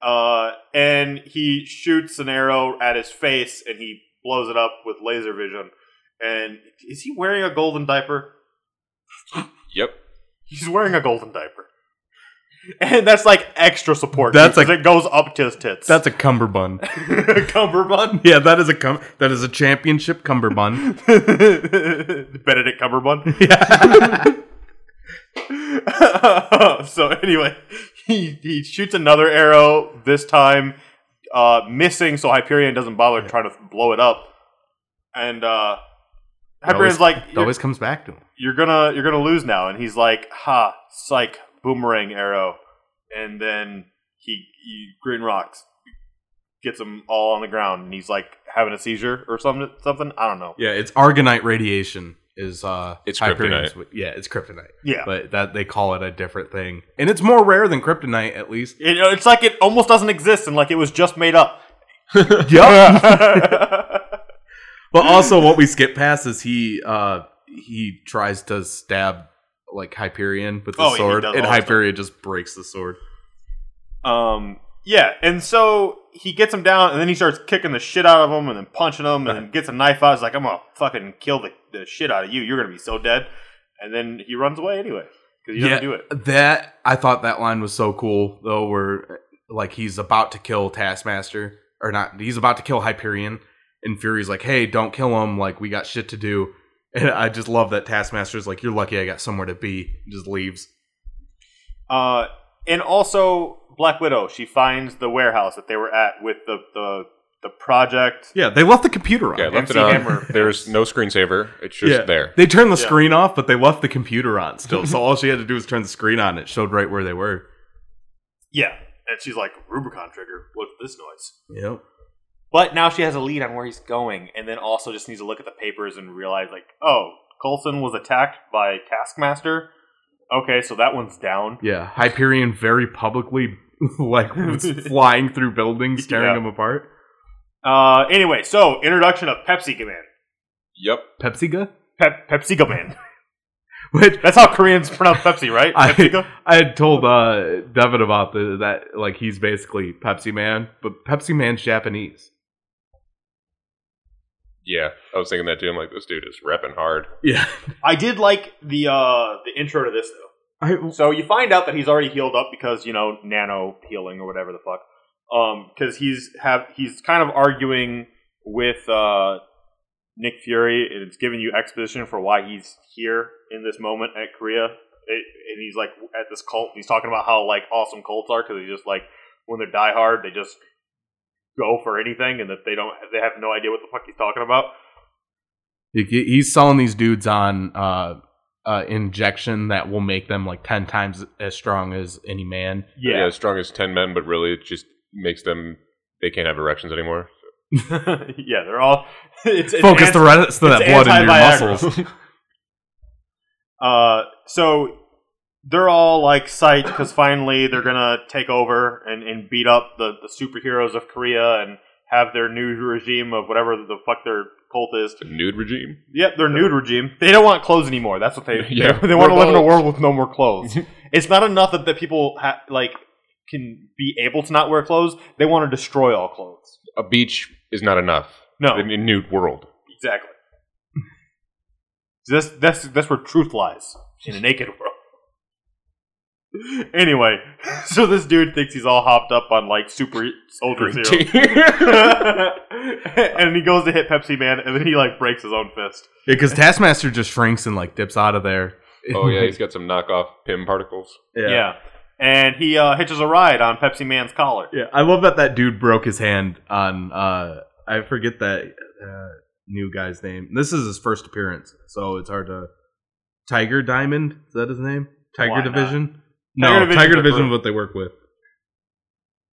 Uh, and he shoots an arrow at his face, and he blows it up with laser vision. And is he wearing a golden diaper? Yep. He's wearing a golden diaper. And that's like extra support. That's because like- it goes up to his tits. That's a cummerbund. cummerbund. Yeah, that is a cum- that is a championship cummerbund. Benedict Cumberbund. so anyway, he, he shoots another arrow this time, uh, missing. So Hyperion doesn't bother trying to blow it up, and uh, Hyperion's always- like, It "You're- always comes back to him. you're gonna you're gonna lose now and he's like ha psych boomerang arrow and then he, he green rocks gets them all on the ground and he's like having a seizure or something something i don't know Yeah, it's argonite radiation is uh It's Hyperion's- Yeah, it's kryptonite. yeah But that they call it a different thing. And it's more rare than kryptonite at least. It- it's like it almost doesn't exist and like it was just made up Yep. but also what we skip past is he uh he tries to stab like Hyperion with the Oh, yeah, he sword does and all the time. Hyperion just breaks the sword. um yeah and so he gets him down and then he starts kicking the shit out of him and then punching him and then gets a knife out he's like i'm gonna fucking kill the, the shit out of you you're gonna be so dead and then he runs away anyway because he doesn't do it That I thought that line was so cool though, where like he's about to kill Taskmaster or not, he's about to kill Hyperion, and Fury's like, "Hey, don't kill him! Like we got shit to do." And I just love that Taskmaster's like, "You're lucky I got somewhere to be," and just leaves. Uh, and also Black Widow. She finds the warehouse that they were at with the the, the project. Yeah, they left the computer on. Yeah, I left MC it on. Hammer. There's no screensaver. It's just Yeah. there. They turned the Yeah. screen off, but they left the computer on still. so all she had to do was turn the screen on. It showed right where they were. Yeah, and she's like Rubicon trigger. What's this noise? Yep. But now she has a lead on where he's going, and then also just needs to look at the papers and realize like, oh, Coulson was attacked by Taskmaster. Okay, so that one's down. Yeah, Hyperion very publicly like was flying through buildings, tearing Yeah. them apart. Uh, anyway, so introduction of Pepsi Man. Yep. PepsiGa. Pep- PepsiCo Man. Which That's how Koreans pronounce Pepsi, right? I- PepsiCo. I had told uh, Devin about the, that, like he's basically Pepsi Man, but Pepsi Man's Japanese. Yeah. I was thinking that too. I'm like, this dude is repping hard. Yeah, I did like the uh the intro to this though. I, So you find out that he's already healed up because you know nano healing or whatever the fuck. Um, because he's have he's kind of arguing with uh Nick Fury, and it's giving you exposition for why he's here in this moment at Korea. It, and he's like at this cult. He's talking about how like awesome cults are because they just like when they're diehard, they just go for anything, and that they don't they have no idea what the fuck he's talking about. He- He's selling these dudes on uh, uh, injection that will make them like ten times as strong as any man. Yeah. as strong as ten men, but really it just makes them they can't have erections anymore. yeah, they're all it's, it's Focus anti- the rest of that it's blood into your anti-Viagra. muscles. Uh, so they're all like psyched because finally they're gonna take over and, and beat up the, the superheroes of Korea and have their new regime of whatever the fuck their cult is. The nude regime. Yep, their nude regime. They don't want clothes anymore. That's what they Yeah. they, want to live in a Revolt. world with no more clothes. it's not enough that the people ha- like can be able to not wear clothes. They want to destroy all clothes. A beach is not enough. No, In a nude world. Exactly. that's that's that's where truth lies in a naked world. Anyway, so this dude thinks he's all hopped up on like super soldier Green zero, tea. and he goes to hit Pepsi Man, and then he like breaks his own fist. Because Taskmaster just shrinks and like dips out of there. oh yeah, he's got some knockoff Pym particles. Yeah, and he uh, hitches a ride on Pepsi Man's collar. Yeah, I love that that dude broke his hand on. uh I forget that uh, new guy's name. This is his first appearance, so it's hard to. Tiger Diamond is that his name? Tiger Why not? Division. Tiger no, Division's Tiger their Division group. is what they work with.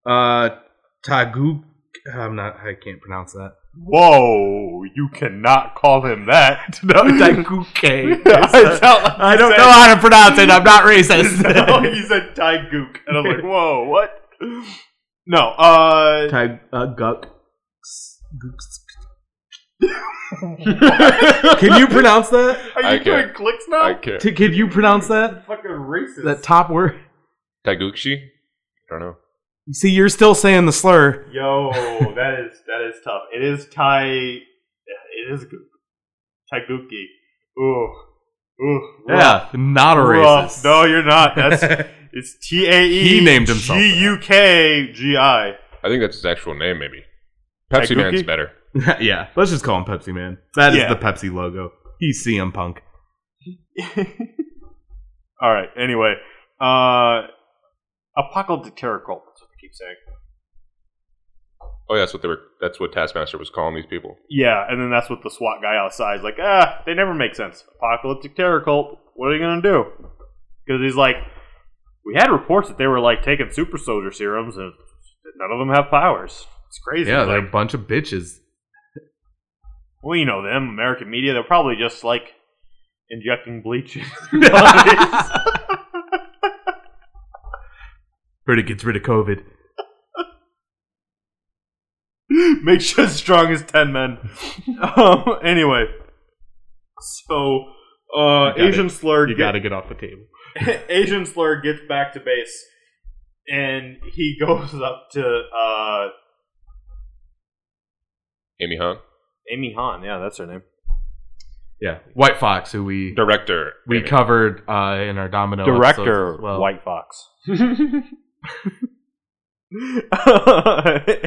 Uh, Tagu. I'm not. I can't pronounce that. Whoa! You cannot call him that. Taguke. I, felt like I you don't said- know how to pronounce it. I'm not racist. no, he said Ty Gook. And I was like, whoa, what? No, uh. Tag uh, Guk. Can you pronounce that? Are you I doing can't. clicks now? I can't. T- Can you pronounce that? Fucking racist. That top word. Taguchi? I don't know. See, you're still saying the slur. Yo, that is that is tough. It is Ty. It is Gook. Ty Gooky. Ooh. Ooh. rough. Yeah, not a Rough. racist. No, you're not. That's. It's T A E. He named himself that. G U K G I. I think that's his actual name, maybe. Pepsi Taguchi? Man's better. yeah, let's just call him Pepsi Man. That is Yeah. the Pepsi logo. He's CM Punk. All right. Anyway, uh, apocalyptic cult. That's what I keep saying. Oh, yeah, that's what they were. That's what Taskmaster was calling these people. Yeah, and then that's what the SWAT guy outside is like, ah, they never make sense. Apocalyptic terror cult, what are you going to do? Because he's like, we had reports that they were like taking super soldier serums and none of them have powers. It's crazy. Yeah, It's they're like, a bunch of bitches. well, you know them, American media, they're probably just like injecting bleach into their bodies. Heard it gets rid of COVID. Makes you as strong as 10 men. um, anyway, so uh, got Asian slur You get- got to get off the table. Asian slur gets back to base, and he goes up to uh, Amy Hahn? Amy Hahn. Yeah, that's her name. Yeah, White Fox, who we Director. we Amy. covered uh, in our Oh, Domino episodes as well. White Fox.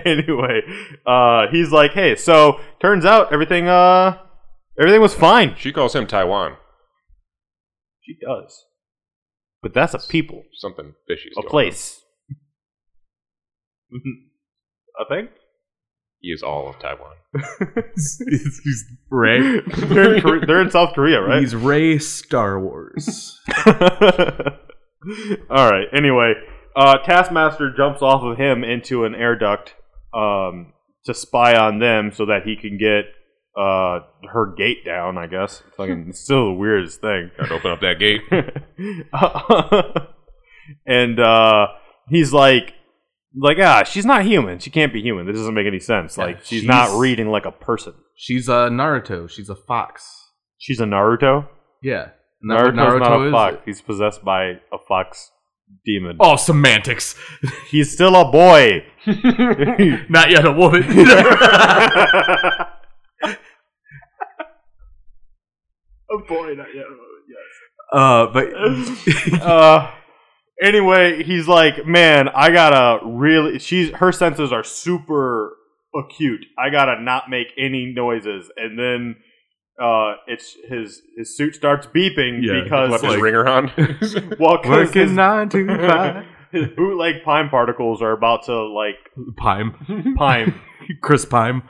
anyway, uh, he's like, "Hey, so turns out everything, uh, everything was fine." She calls him Taiwan. She does, but that's a people, Something fishy. is a going place, a thing. on. He is all of Taiwan. he's Ray. they're, in Kore- they're in South Korea, right? He's Ray Star Wars. All right. Anyway, uh, Taskmaster jumps off of him into an air duct um, to spy on them so that he can get uh, her gate down. I guess. Hmm. Fucking it's still the weirdest thing. Gotta open up that gate. and uh, he's like, like ah, she's not human. She can't be human. This doesn't make any sense. Yeah, like she's, she's- not reading like a person. She's a Naruto. She's a fox. She's a Naruto. Yeah, Nar- Naruto's not a is- fox. He's possessed by a fox demon. Oh, semantics. He's still a boy. Not yet a woman. a boy, not yet. uh, but uh, anyway, he's like, man, I gotta really. She's her senses are super acute. I gotta not make any noises, and then uh, it's his his suit starts beeping Yeah, because Left his like, ringer on. well, 'cause his, Working nine to five. his bootleg pine particles are about to like Pime. pine. Chris Pime.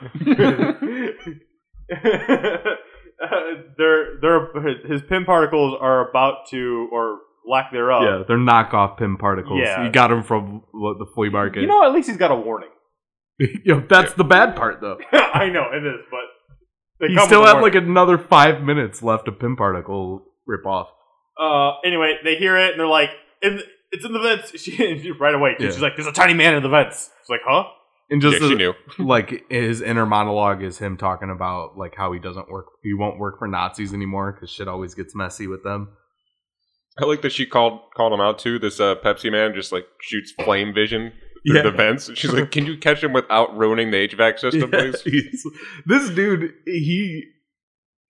they're they're his pin particles are about to or lack thereof. Yeah, they're knockoff pin particles. Oh. Yeah. You got them from what, the flea market. You know, at least he's got a warning. Yo, that's the bad part, though. I know it is, but they You come still with a have warning. like another five minutes left of pin particle rip off. Uh, anyway, they hear it and they're like, in "It's in the vents!" She right away. too. Yeah. She's like, "There's a tiny man in the vents." She's like, "Huh?" And yeah, just she the- knew. like his inner monologue is him talking about like how he doesn't work, he won't work for Nazis anymore because shit always gets messy with them. I like that she called called him out too. This uh, Pepsi man just like shoots flame vision through Yeah. the vents. She's like, "Can you catch him without ruining the HVAC system, Yeah, please?" he's- this dude, he,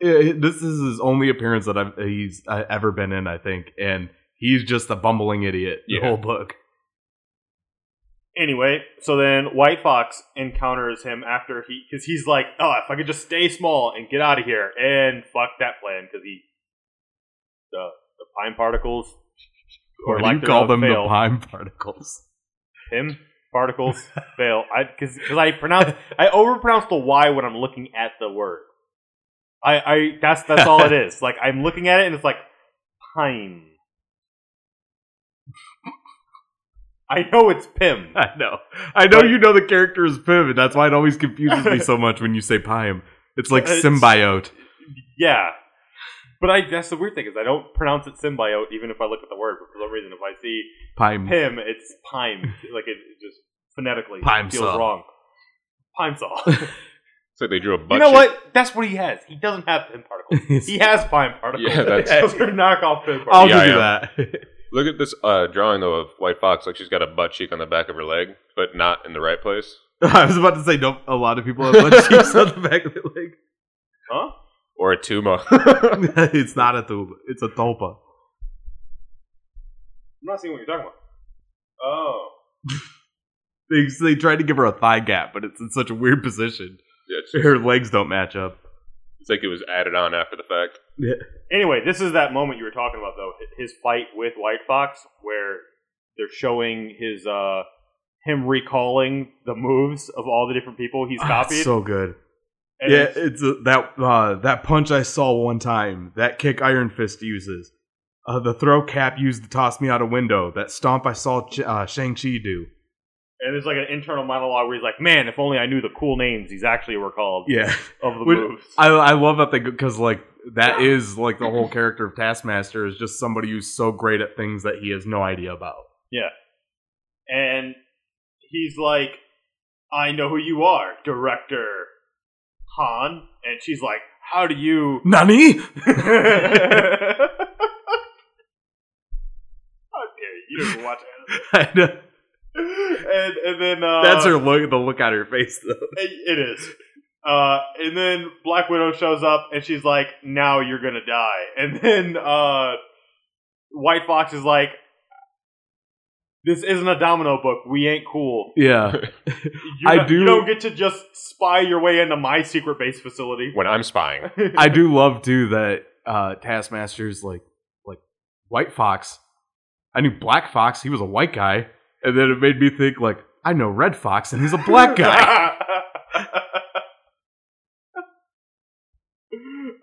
eh, this is his only appearance that I've he's uh, ever been in, I think, and he's just a bumbling idiot the Yeah. whole book. Anyway, so then White Fox encounters him after he because he's like, "Oh, if I could just stay small and get out of here and fuck that plan," because he the the pine particles Or lack you call thereof them fail. the pine particles. him particles fail. I because I pronounce I overpronounce the Y when I'm looking at the word. I I that's that's all it is. Like I'm looking at it and it's like pine. I know it's Pim. I know. I know But- you know the character is Pim, and that's why it always confuses me so much when you say Pym. It's like It's- symbiote. Yeah. But I that's the weird thing is I don't pronounce it symbiote even if I look at the word. But for some reason, if I see Pym. Pim, it's pime. Like it, it just phonetically Pime feels saw. wrong. Pine saw. It's like they drew a butt. you know shape. what? That's what he has. He doesn't have Pim particles. He has fine particles. Yeah, that's- Those are knockoff pin I'll particles. Yeah, give you yeah. that. Look at this uh, drawing though of White Fox. Like she's got a butt cheek on the back of her leg, but not in the right place. I was about to say, don't. A lot of people have butt cheeks on the back of their leg. Huh? Or a tumor. it's not a tuba. It's a topa. I'm not seeing what you're talking about. Oh. They, they tried to give her a thigh gap, but it's in such a weird position. yeah, it's, Her legs don't match up. it's like it was added on after the fact. Anyway, this is that moment you were talking about, though. His fight with White Fox, where they're showing his, uh, him recalling the moves of all the different people he's copied. Ah, so good. and yeah, it's- it's uh, that uh, that punch I saw one time. That kick Iron Fist uses. Uh, the throw cap used to toss me out a window. That stomp I saw Ch- uh, Shang Chi do. and there's like an internal monologue where he's like, man, if only I knew the cool names he's actually recalled Yeah, of the Would- moves. I I love that they because like that is like the whole character of Taskmaster is just somebody who's so great at things that he has no idea about. and he's like, "I know who you are, Director Han," and she's like, "How do you?" Nani? How dare you? You didn't watch anime. I know. And and then uh, That's her look. The look on her face, though. It, it is. Uh, and then Black Widow shows up, and she's like, "Now you're gonna die." And then uh, White Fox is like, "This isn't a Domino book. We ain't cool. Yeah, You I don't- do- You don't get to just spy your way into my secret base facility. When I'm spying, I do love too that uh, Taskmaster's like like White Fox. I knew Black Fox. He was a white guy, and then it made me think like I know Red Fox, and he's a black guy.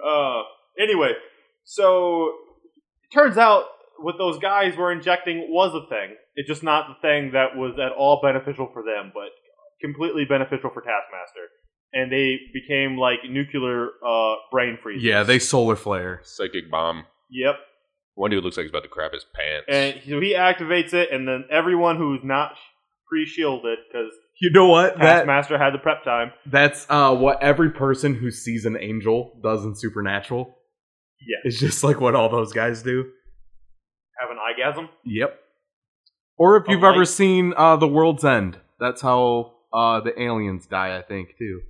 uh, anyway, so it turns out what those guys were injecting was a thing. It's just not the thing that was at all beneficial for them, but completely beneficial for Taskmaster. And they became like nuclear uh, brain freezers. yeah, they solar flare. psychic bomb. Yep. One dude looks like he's about to crap his pants. And so he activates it, and then everyone who's not pre-shielded because You know what? That Taskmaster had the prep time. That's uh, what every person who sees an angel does in Supernatural. Yeah. It's just like what all those guys do. Have an orgasm. Yep. Or if A you've ever light- seen uh, The World's End, that's how uh, the aliens die, I think, too.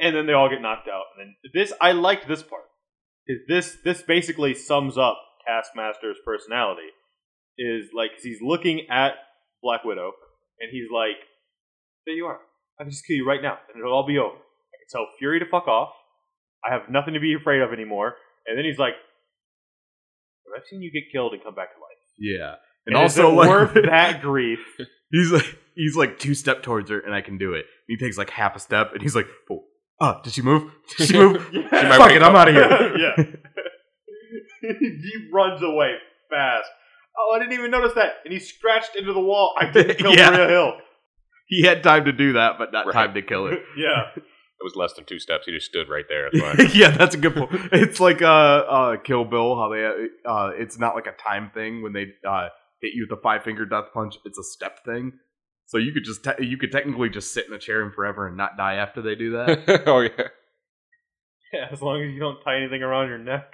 and then they all get knocked out. And then this, I liked this part. Is this this basically sums up Taskmaster's personality? Is like 'cause he's looking at Black Widow, and he's like, "There you are. I can just kill you right now, and it'll all be over. I can tell Fury to fuck off. I have nothing to be afraid of anymore. And then he's like, "But I've seen you get killed and come back to life. Yeah. And, also, worth that grief? He's like he's like two step towards her, and I can do it. And he takes like half a step, and he's like, oh, oh did she move? Did she move? Yeah. might Fuck wake it, I'm up. out of here. yeah. he runs away fast. Oh, I didn't even notice that. And he scratched into the wall. I didn't kill Yeah. Maria Hill. He had time to do that, but not Right. time to kill her. yeah. It was less than two steps. He just stood right there. That's why. yeah, that's a good point. It's like uh, uh, Kill Bill, how they uh, it's not like a time thing when they uh, hit you with a five finger death punch. It's a step thing, so you could just te- you could technically just sit in a chair and forever and not die after they do that. oh yeah. Yeah, as long as you don't tie anything around your neck.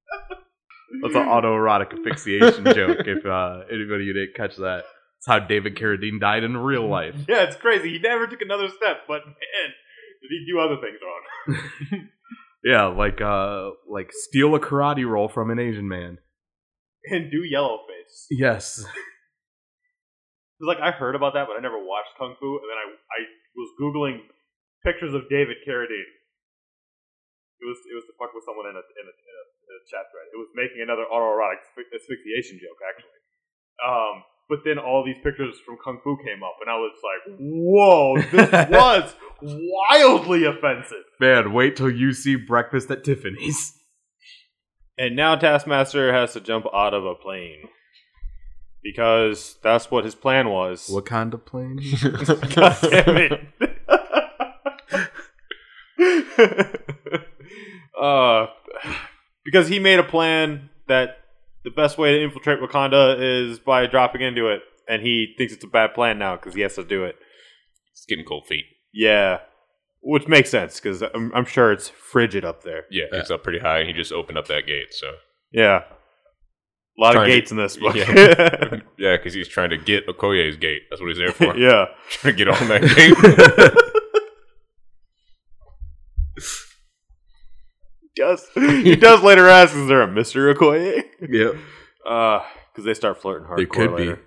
That's an autoerotic asphyxiation joke. If uh, anybody who didn't catch that, it's how David Carradine died in real life. Yeah, it's crazy. He never took another step, but man, did he do other things wrong? Yeah, like uh, like steal a karate roll from an Asian man. And do yellow face. Yes, It's like I heard about that, but I never watched Kung Fu, and then I I was googling pictures of David Carradine. It was it was to fuck with someone in a in a, in a, in a chat thread. It was making another autoerotic asphy- asphyxiation joke actually. Um, but then all these pictures from Kung Fu came up, and I was like, whoa, this was wildly offensive. man. Wait till you see Breakfast at Tiffany's. And now Taskmaster has to jump out of a plane. Because that's what his plan was. What kind of plane? God damn it. uh, because he made a plan that the best way to infiltrate Wakanda is by dropping into it, and he thinks it's a bad plan now because he has to do it. It's getting cold feet. Yeah, which makes sense because I'm, I'm sure it's frigid up there. Yeah, it's up pretty high, and he just opened up that gate. So Yeah, a lot of Trying to- gates in this book. Yeah. yeah, because he's trying to get Okoye's gate. That's what he's there for. yeah. Trying to get on that gate. does he does later ask, "Is there a Mister Okoye?" yep. Because they start flirting hardcore. There could be. later.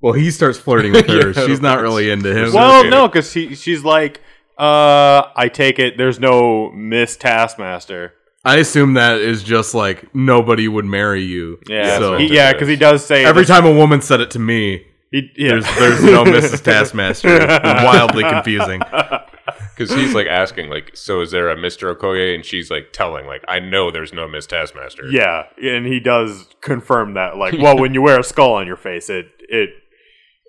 Well, he starts flirting with her. Yeah, I She's don't not think really into him. Well, no, because she's like, uh, I take it there's no Miss Taskmaster. I assume that is just like nobody would marry you. Yeah, So he, yeah, because he does say every this- time a woman said it to me, he, yeah. there's there's no Mrs. Taskmaster. It's been wildly confusing. Because he's like asking, like, so is there a Mister Okoye? And she's like telling, like, I know there's no Miss Taskmaster. Yeah, and he does confirm that. Like, well, when you wear a skull on your face, it it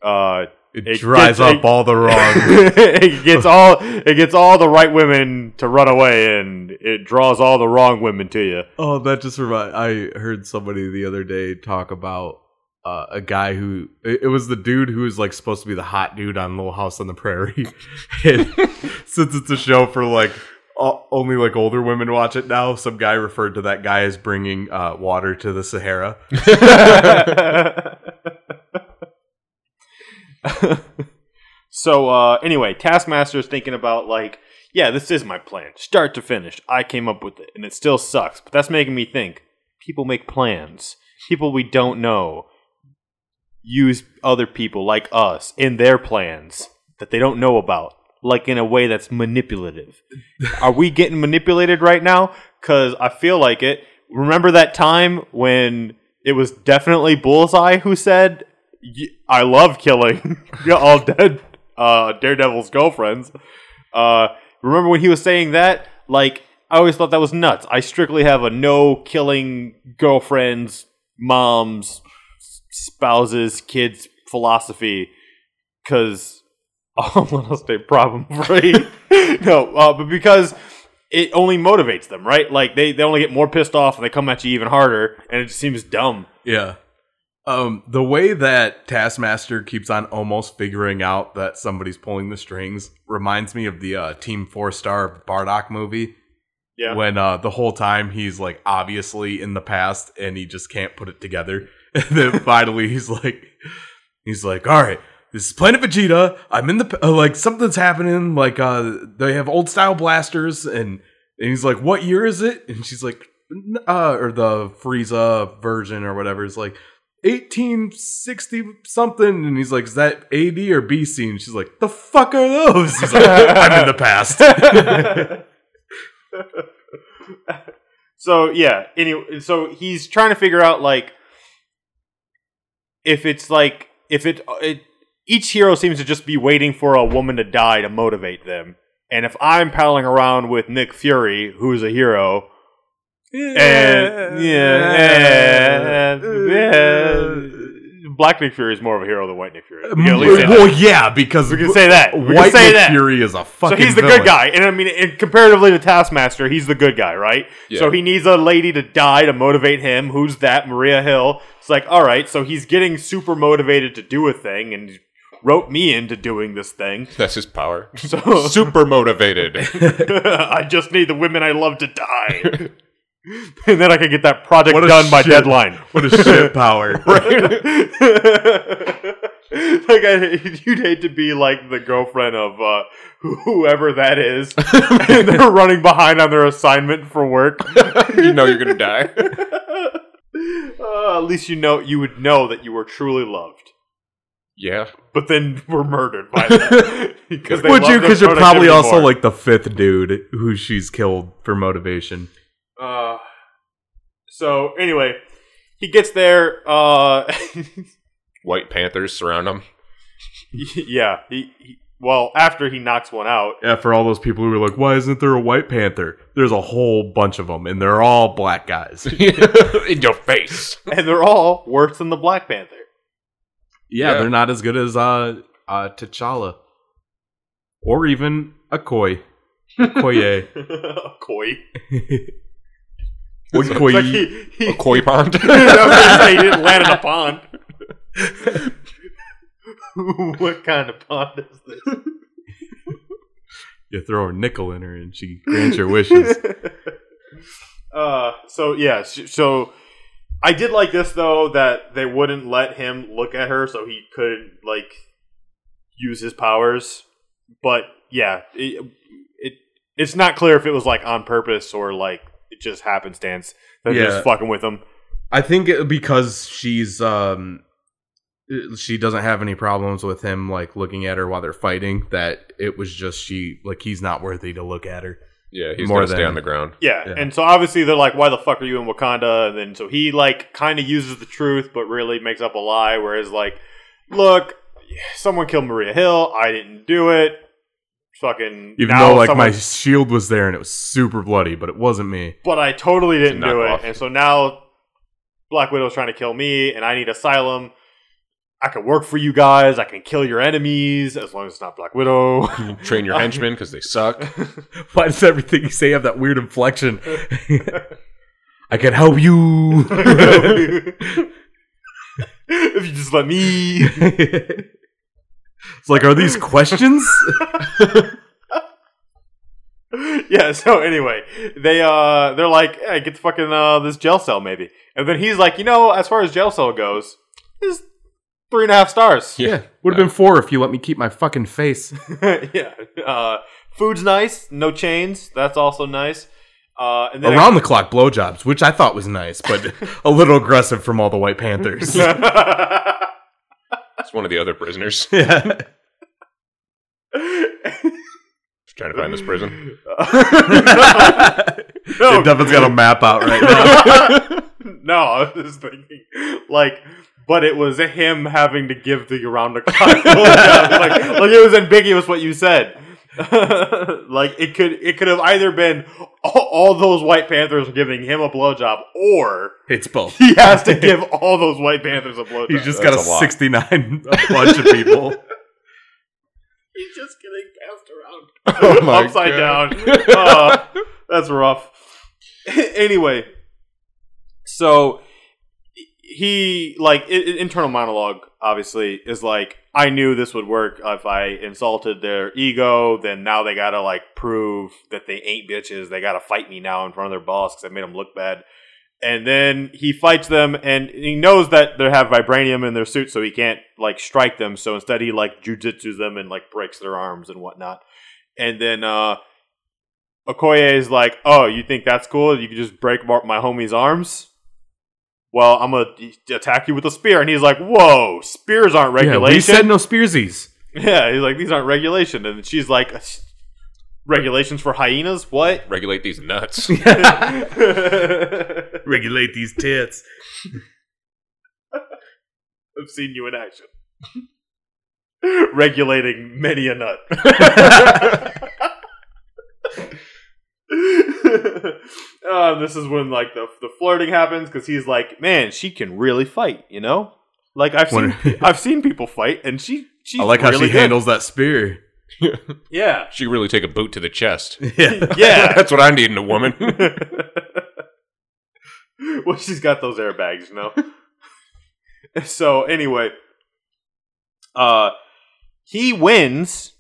uh It, It dries gets- up it- all the wrong. it gets all it gets all the right women to run away, and it draws all the wrong women to you. oh, that just reminds. I heard somebody the other day talk about uh, a guy who it, it was the dude who was like supposed to be the hot dude on Little House on the Prairie. and since it's a show for like o- only like older women watch it now, some guy referred to that guy as bringing uh, water to the Sahara. so uh, anyway, Taskmaster's thinking about like, yeah, this is my plan, start to finish. I came up with it, and it still sucks, but that's making me think. People make plans. People we don't know use other people like us in their plans that they don't know about, like in a way that's manipulative. Are we getting manipulated right now? Because I feel like it. Remember that time when it was definitely Bullseye who said, "Y- I love killing all dead uh, Daredevil's girlfriends? Uh, remember when he was saying that? Like, I always thought that was nuts. I strictly have a no killing girlfriends, moms, s- spouses, kids philosophy because I want to stay problem free. no, uh, but because it only motivates them, right? Like they, they only get more pissed off and they come at you even harder, and it just seems dumb. Yeah. Um, the way that Taskmaster keeps on almost figuring out that somebody's pulling the strings reminds me of the uh, Team Four Star Bardock movie. Yeah. When uh, the whole time he's like obviously in the past and he just can't put it together, and then finally he's like, he's like, all right. This is Planet Vegeta. I'm in the p- uh, like something's happening. Like uh, they have old style blasters, and and he's like, "What year is it?" And she's like, "N- uh, or the Frieza version or whatever. It's like 1860 something. And he's like, Is that AD or BC? And she's like, The fuck are those? He's like, I'm in the past. so yeah. Anyway, so he's trying to figure out like if it's like if it, uh, it each hero seems to just be waiting for a woman to die to motivate them. And if I'm palling around with Nick Fury, who's a hero, and yeah, and, yeah, Black Nick Fury is more of a hero than White Nick Fury. We can at least say that. well, yeah, because We can say that. We can White say Nick that. Fury is a So fucking. he's the villain. good guy, and I mean, and comparatively to Taskmaster, he's the good guy, right? Yeah. So he needs a lady to die to motivate him. Who's that? Maria Hill. It's like, all right, so he's getting super motivated to do a thing, and wrote me into doing this thing. That's his power. So Super motivated. I just need the women I love to die. and then I can get that project What a done by shit. deadline. What a shit power. like I, you'd hate to be like the girlfriend of uh, whoever that is, and they're running behind on their assignment for work. you know you're gonna die. Uh, at least you know you would know that you were truly loved, Yeah. but then were murdered by them because they Would loved you? their Because you're productivity probably also more. like the fifth dude who she's killed for motivation. Uh, so anyway, he gets there. Uh, White Panthers surround him. yeah. He, he well after he knocks one out. Yeah, for all those people who were like, "Why isn't there a White Panther?" There's a whole bunch of them, and they're all black guys. In your face. and they're all worse than the Black Panther. Yeah, Yeah. they're not as good as uh, uh T'Challa, or even Okoye. Okoye. Koi. Okoye. Like he, he, A koi pond. I was gonna say he didn't land in a pond. what kind of pond is this? you throw a nickel in her, and she grants your wishes. uh, so yeah, sh- so I did like this though that they wouldn't let him look at her, so he couldn't like use his powers. But yeah, it, it it's not clear if it was like on purpose or like it just happenstance. They're Yeah. just fucking with him. I think it- because she's um she doesn't have any problems with him like looking at her while they're fighting that it was just she like he's not worthy to look at her. yeah, he's More gonna stay than- on the ground. Yeah. Yeah. and so obviously they're like, "Why the fuck are you in Wakanda?" And then so he like kind of uses the truth, but really makes up a lie. Whereas like, look, someone killed Maria Hill. I didn't do it. Fucking Even now though like someone- my shield was there and it was super bloody, but it wasn't me. but I totally didn't Knock do it. off. And so now Black Widow's trying to kill me, and I need asylum. I can work for you guys. I can kill your enemies as long as it's not Black Widow. Train your henchmen because they suck. Why does everything you say have that weird inflection? I can help you. if you just let me. it's like are these questions? yeah. So anyway, they uh they're like, hey, get the fucking uh this jail cell maybe, and then he's like, you know, as far as jail cell goes, this is three and a half stars. Yeah. Would have been 4 if you let me keep my fucking face. yeah. Uh, food's nice. No chains. That's also nice. Uh, and then Around the clock blowjobs, which I thought was nice, but a little aggressive from all the White Panthers. It's one of the other prisoners. yeah. Just trying to find this prison. No. Devin's got a map out right now. no, I was just thinking, like, but it was him having to give the around the clock. like, like it was ambiguous what you said. like it could, it could have either been all, all those White Panthers giving him a blowjob, or It's both. he has to give all those White Panthers a blowjob. He's just That's got a, a lot. 69 a bunch of people. He's just getting passed around Oh my upside God. down. Uh, that's rough. anyway, so he like i- i- internal monologue obviously is like I knew this would work if I insulted their ego. Then now they gotta like prove that they ain't bitches. They gotta fight me now in front of their boss because I made them look bad. And then he fights them, and he knows that they have vibranium in their suit, so he can't like strike them. So instead, he like jujitsus them and like breaks their arms and whatnot. And then uh Okoye is like, "Oh, you think that's cool? You can just break my my homie's arms?" well, I'm gonna attack you with a spear, and he's like, whoa, spears aren't Yeah, we regulation. said no spearsies. Yeah, he's like, these aren't regulation. And she's like, regulations for hyenas? What? Regulate these nuts. I've Regulate these tits. seen you in action. Regulating many a nut. Uh, this is when like the the flirting happens because he's like, man, she can really fight, you know. Like I've seen I've seen people fight, and she she I like how really she good. handles that spear. Yeah, she really take a boot to the chest. Yeah. yeah. That's what I need in a woman. well, she's got those airbags, you know. so anyway, uh, he wins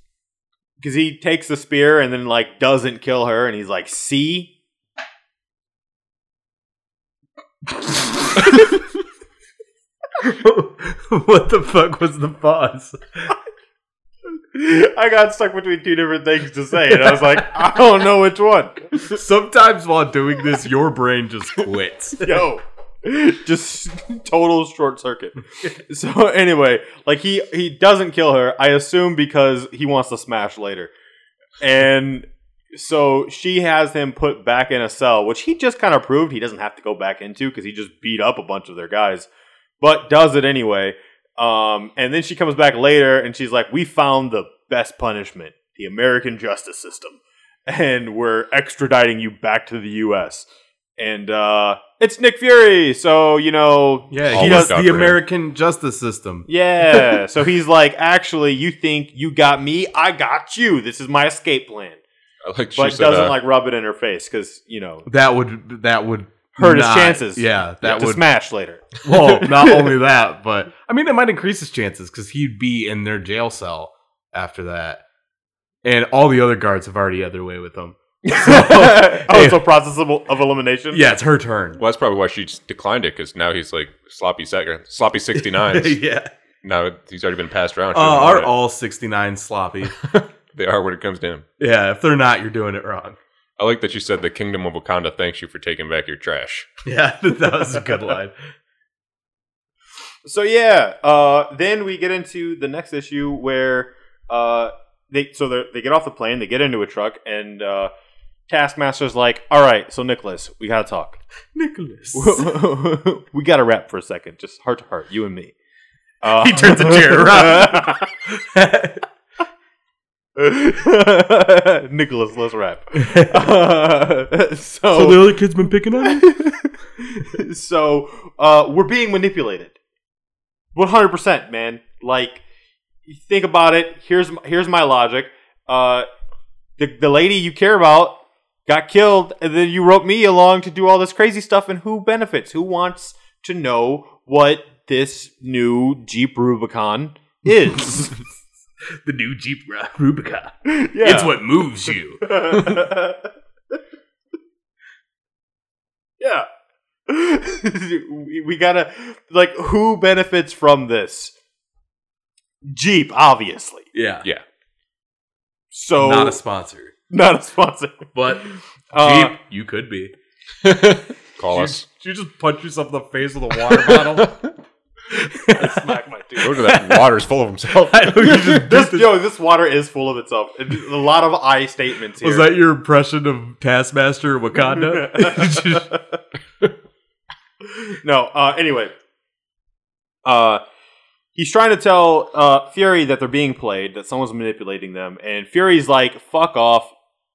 because he takes the spear and then like doesn't kill her, and he's like, "See." what the fuck was the pause? I got stuck between two different things to say, and I was like, I don't know which one. Sometimes while doing this, your brain just quits. Yo, just total short circuit. So anyway, like he he doesn't kill her. I assume because he wants to smash later, and so she has him put back in a cell, which he just kind of proved he doesn't have to go back into because he just beat up a bunch of their guys, but does it anyway. Um, and then she comes back later and she's like, "We found the best punishment, the American justice system." And we're extraditing you back to the U.S and uh, it's Nick Fury. So you know, Yeah, All worked he does out the for him. American justice system. yeah. so he's like, actually, you think you got me? I got you. This is my escape plan. I like she But said, doesn't uh, like rub it in her face because you know That would that would hurt his not- chances. Yeah, that to would smash later. Well, not only that, but I mean, it might increase his chances because he'd be in their jail cell after that, and all the other guards have already had their way with him. oh, it's a process of, of elimination. Yeah, it's her turn. well, that's probably why she just declined it because now he's like sloppy second, sloppy sixty nine. yeah, now he's already been passed around. uh, She doesn't want are it. all sixty nine sloppy? they are when it comes to him. yeah, if they're not, you're doing it wrong. I like that you said the kingdom of Wakanda thanks you for taking back your trash. Yeah, that was a good line. So yeah, uh, then we get into the next issue where uh, they so they're- they get off the plane, they get into a truck, and uh, Taskmaster's like, "All right, so Nicholas, we gotta talk." Nicholas. we got to rap for a second, just heart to heart, you and me. Uh, He turns the chair around. Nicholas, let's rap. Uh, so the so, other kid's been picking on him. so uh, we're being manipulated. One hundred percent, man. Like, you think about it. Here's m- here's my logic. Uh, the the lady you care about got killed, and then you roped me along to do all this crazy stuff. And who benefits? Who wants to know what this new Jeep Rubicon is? the new Jeep Ru- Rubicon. yeah. It's what moves you. yeah. we we gotta like who benefits from this? Jeep, obviously. Yeah, Yeah, So not a sponsor, not a sponsor. but Uh, Jeep, you could be. call You- us. You, just punch yourself in the face with a water bottle. smack my dude. Go to that water's full of himself. I know you just This did yo, this water is full of itself. It- a lot of I statements the- Was here. that your impression of Taskmaster Wakanda? no. Uh, anyway, uh, he's trying to tell uh, Fury that they're being played, that someone's manipulating them, and Fury's like, "Fuck off,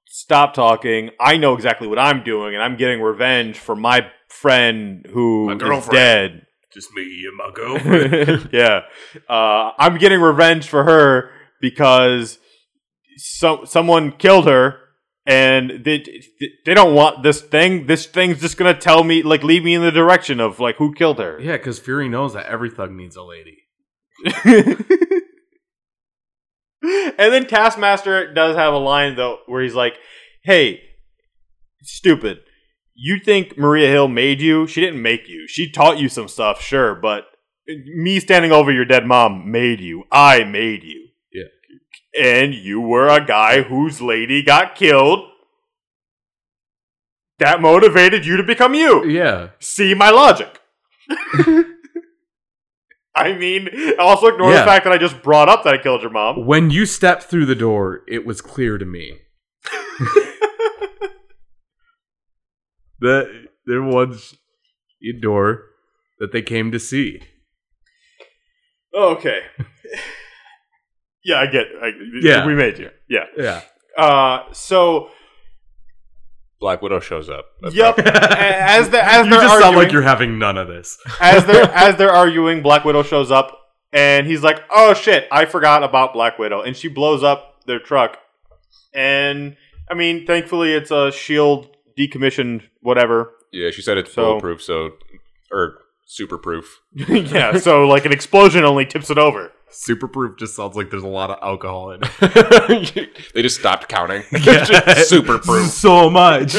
stop talking. I know exactly what I'm doing, and I'm getting revenge for my friend who My is girlfriend. dead." just me and my girlfriend. yeah, uh, I'm getting revenge for her because so- someone killed her, and they they don't want this thing. This thing's just gonna tell me, like, lead me in the direction of like who killed her. yeah, because Fury knows that every thug needs a lady. and then Taskmaster does have a line though, where he's like, "Hey, stupid." You think Maria Hill made you? She didn't make you. She taught you some stuff, sure, but me standing over your dead mom made you. I made you. Yeah. And you were a guy whose lady got killed. That motivated you to become you. Yeah. See my logic. I mean, also ignore Yeah. the fact that I just brought up that I killed your mom. When you stepped through the door, it was clear to me. that there was a door that they came to see. Okay. yeah, I get. I, Yeah. we made you. Yeah. Yeah. Uh, so Black Widow shows up. That's yep. right. as the as you they're just arguing, sound like you're having none of this. as they're as they're arguing, Black Widow shows up and he's like, "Oh shit, I forgot about Black Widow," and she blows up their truck. And I mean, thankfully, it's a shield decommissioned whatever. Yeah, she said it's So- bulletproof, so er, or super proof. yeah, so like an explosion only tips it over. Superproof just sounds like there's a lot of alcohol in it. they just stopped counting. super proof. so much.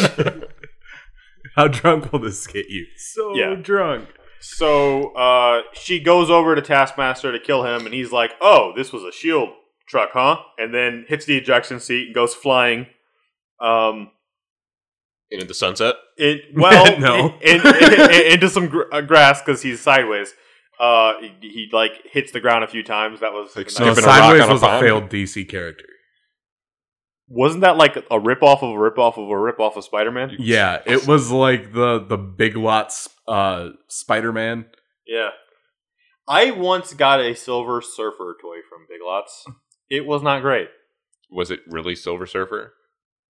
How drunk will this get you? So Yeah. drunk. So uh, she goes over to Taskmaster to kill him, and he's like, "Oh, this was a shield truck, huh?" And then hits the ejection seat and goes flying. Um, Into the sunset. it well No. in, in- in- into some gr- uh, grass because he's sideways. Uh, he, he like hits the ground a few times. That was Like nice. No, Skipping a rock Sideways on a was a pond? failed DC character. wasn't that like a rip off of a rip off of a rip off of Spider Man? Yeah, it was like the the Big Lots uh, Spider Man. Yeah. I once got a Silver Surfer toy from Big Lots. It was not great. Was it really Silver Surfer?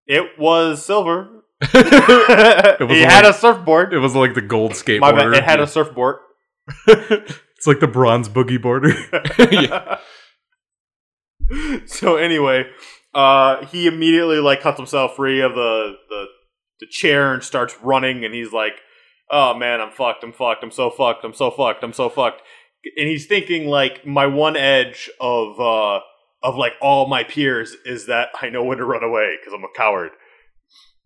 It was silver. he had a surfboard. It was like the gold skateboarder. My bad. It had a surfboard. it's like the bronze boogie boarder. so anyway, uh, he immediately like cuts himself free of the, the the chair and starts running, and he's like, "Oh man, I'm fucked. I'm fucked. I'm so fucked. I'm so fucked. I'm so fucked." And he's thinking like, "My one edge of uh, of like all my peers is that I know when to run away because I'm a coward."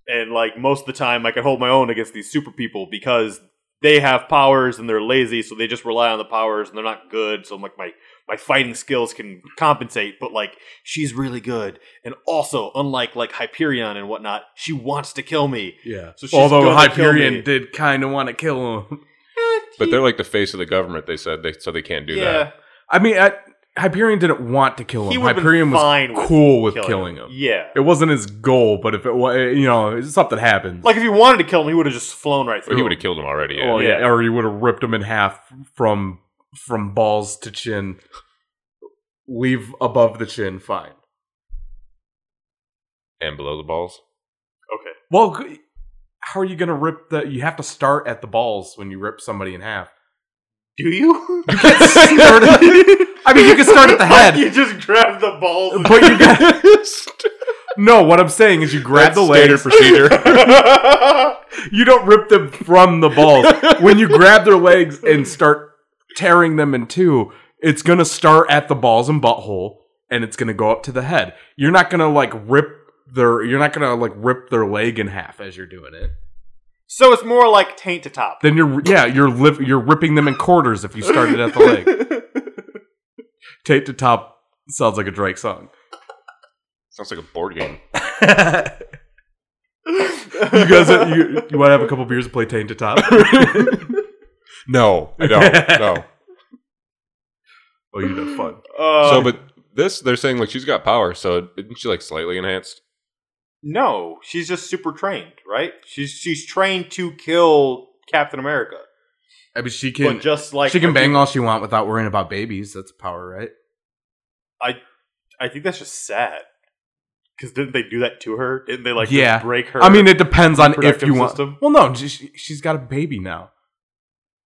And like most of the time, I can hold my own against these super people because they have powers and they're lazy, so they just rely on the powers and they're not good. So I'm like, my my fighting skills can compensate, but like she's really good, and also unlike like Hyperion and whatnot, she wants to kill me. yeah. So she's Although gonna kill me. Hyperion did kind of want to kill him. But they're like the face of the government. They said they so they can't do Eh, yeah, I mean, I, Hyperion didn't want to kill him. he would have Hyperion been was fine with cool with killing, killing, him. him. Yeah, It wasn't his goal, but if it was, you know, something happened. like if he wanted to kill him, he would have just flown right that. Or he through. would have killed him already. oh, Yeah. Well, yeah. Yeah. or he would have ripped him in half from from balls to chin. Leave above the chin, fine. And below the balls. okay, Well, g- how are you gonna rip the? You have to start at the balls when you rip somebody in half. do you? I mean, you can start at the head, you just grab the balls. and- but you got. No, what I'm saying is you grab That's the standard legs. procedure. You don't rip them from the balls. when you grab their legs and start tearing them in two, it's gonna start at the balls and butthole, and it's gonna go up to the head. You're not gonna like rip their. You're not gonna like rip their leg in half as you're doing it. so it's more like taint to top. Then you're yeah you're lip, you're ripping them in quarters if you started at the leg. Tape to top sounds like a Drake song. Sounds like a board game. You guys, uh, you, you want to have a couple beers and play Taint to Top? No, I don't. No. oh, you'd have fun. Uh, so, but this they're saying like she's got power. So isn't she like slightly enhanced? No, she's just super trained, right? She's she's trained to kill Captain America, I mean, she but can just like she can bang all she want without worrying about babies. That's a power, right? I think that's just sad because didn't they do that to her? Didn't they like Yeah. just break her? I mean, it depends on if reproductive you want. system? Well, no, she, she's got a baby now,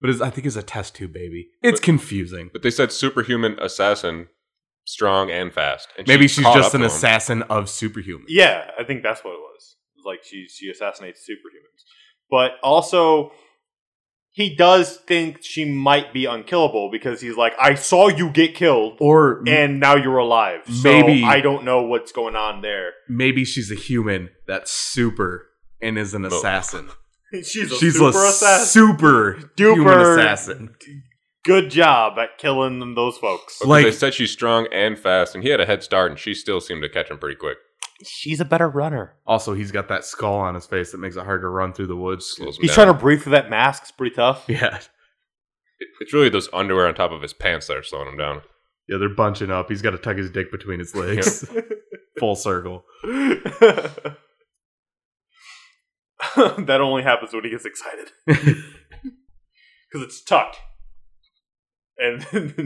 but it's, I think it's a test tube baby. It's But- confusing. But they said superhuman assassin, strong and fast. And she Maybe she's caught just up an to him. assassin of superhumans. yeah, I think that's what it was. It was Like she she assassinates superhumans, but also he does think she might be unkillable because he's like, I saw you get killed. Or m- And now you're alive. So Mm-hmm. Maybe- I don't know what's going on there. maybe she's a human that's super and is an Both. assassin. She's a she's super a assassin. super human Duper. assassin. good job at killing them, those folks. But they like- said she's strong and fast, and he had a head start, and she still seemed to catch him pretty quick. She's a better runner. Also, he's got that skull on his face that makes it hard to run through the woods. Slows him He's down. trying to breathe through that mask. It's pretty tough. Yeah. It- It's really those underwear on top of his pants that are slowing him down. Yeah, they're bunching up. He's got to tuck his dick between his legs. Full circle. that only happens when he gets excited. Because it's tucked. And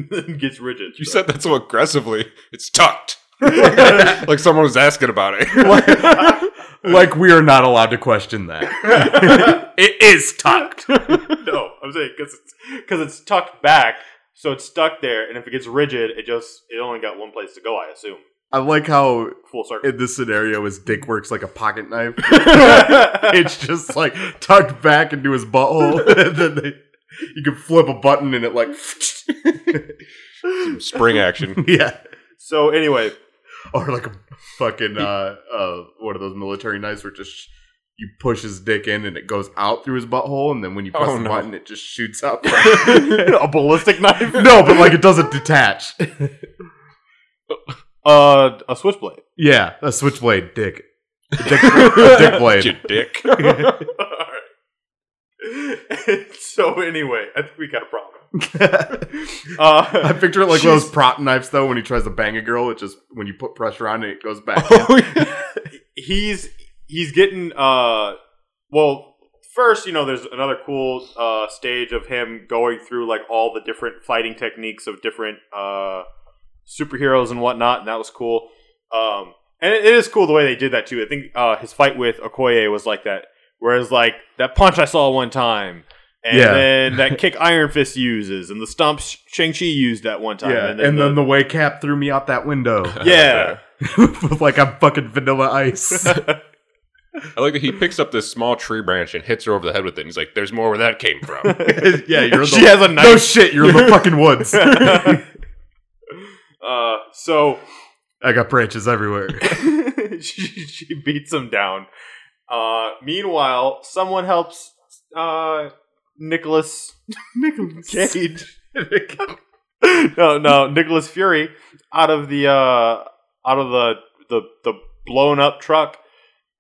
then gets rigid. You said that so aggressively. It's tucked. like someone was asking about it. like we are not allowed to question that. It is tucked. no, I'm saying because it's, 'cause it's tucked back, so it's stuck there, and if it gets rigid, it just, it only got one place to go, I assume. I like how Full circle. in this scenario his dick works like a pocket knife. it's it's just like tucked back into his butthole. and then they, you can flip a button and it like Spring action. yeah, So anyway, or like a fucking uh, uh, one of those military knives where just you push his dick in and it goes out through his butthole, and then when you press Oh, the no. button, it just shoots out. a ballistic knife. no, but like it doesn't detach. Uh, a switchblade. Yeah, a switchblade dick. A dick, a dick blade. Your dick. Alright. so anyway, I think we got a problem. Uh, I picture it like those prop knives though. When he tries to bang a girl, it just when you put pressure on it, it goes back. in. he's he's getting uh well first you know there's another cool uh stage of him going through like all the different fighting techniques of different uh superheroes and whatnot and that was cool um and it, it is cool the way they did that too i think uh his fight with okoye was like that whereas like that punch i saw one time and Yeah. then that kick Iron Fist uses, and the stomp Sh- Shang-Chi used at one time. Yeah, and then, the, way Cap threw me out that window, yeah. like I'm fucking Vanilla Ice. I like that he picks up this small tree branch and hits her over the head with it. And he's like, "There's more where that came from." yeah, you're in the, She has a knife. no shit. You're in the fucking woods. uh, so I got branches everywhere. she, she beats him down. Uh, meanwhile, someone helps uh, Nicholas Nicholas Cage. no, no, Nicholas Fury out of the uh, out of the, the the blown up truck,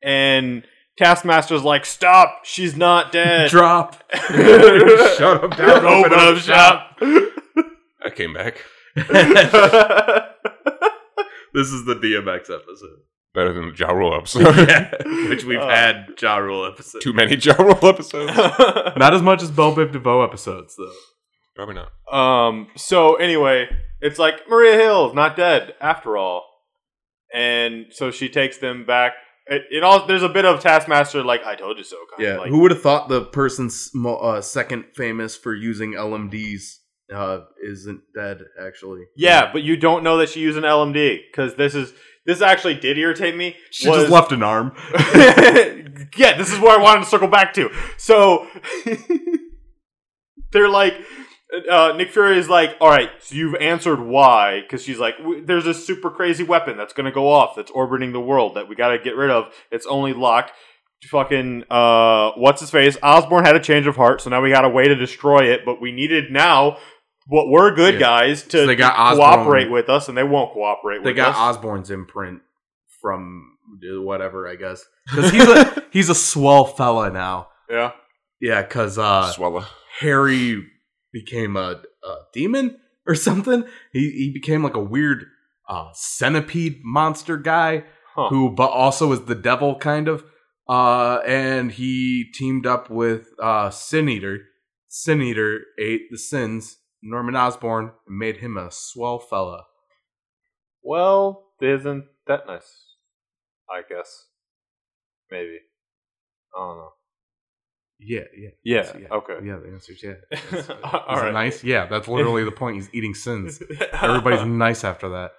and Taskmaster's like, "Stop! She's not dead." drop. Shut Shut up. up, Open up shop. I came back This is the DMX episode, better than the jaw roll episode. which we've Uh, had Ja Rule episode. Too many jaw roll episodes. Not as much as Bo Bib DeVoe episodes though. Probably not. Um. So anyway, it's like Maria Hill's not dead after all, and so she takes them back. It, it all there's a bit of Taskmaster like I told you so. Kind Yeah, Of, like, who would have thought the person sm- uh, second famous for using LMDs uh, isn't dead actually? yeah, but you don't know that she used an LMD because this is this actually did irritate me. she was- just left an arm. yeah, this is where I wanted to circle back to. So they're like, uh, Nick Fury is like, all right, so you've answered why, because she's like, "W- there's this super crazy weapon that's gonna go off, that's orbiting the world, that we gotta get rid of. It's only Locke. Fucking uh, what's his face? Osborne had a change of heart, so now we got a way to destroy it. But we needed now what were good Yeah. guys to So they got Osborne. cooperate with us, and they won't cooperate. they with got us. Osborne's imprint from uh, whatever, I guess, because he's a he's a swell fella now. yeah. Yeah, because uh, Swallow. Harry became a, a demon or something. He he became like a weird uh, centipede monster guy Huh. who, but also is the devil kind of. Uh, and he teamed up with uh, Sin Eater. Sin Eater ate the sins Norman Osborn and made him a swell fella. Well, isn't that nice? I guess. Maybe. I don't know. Yeah, yeah. Yeah. yeah. Okay. Yeah, the answer's yeah. All Is it right. nice? Yeah, that's literally the point. He's eating sins. Everybody's nice after that.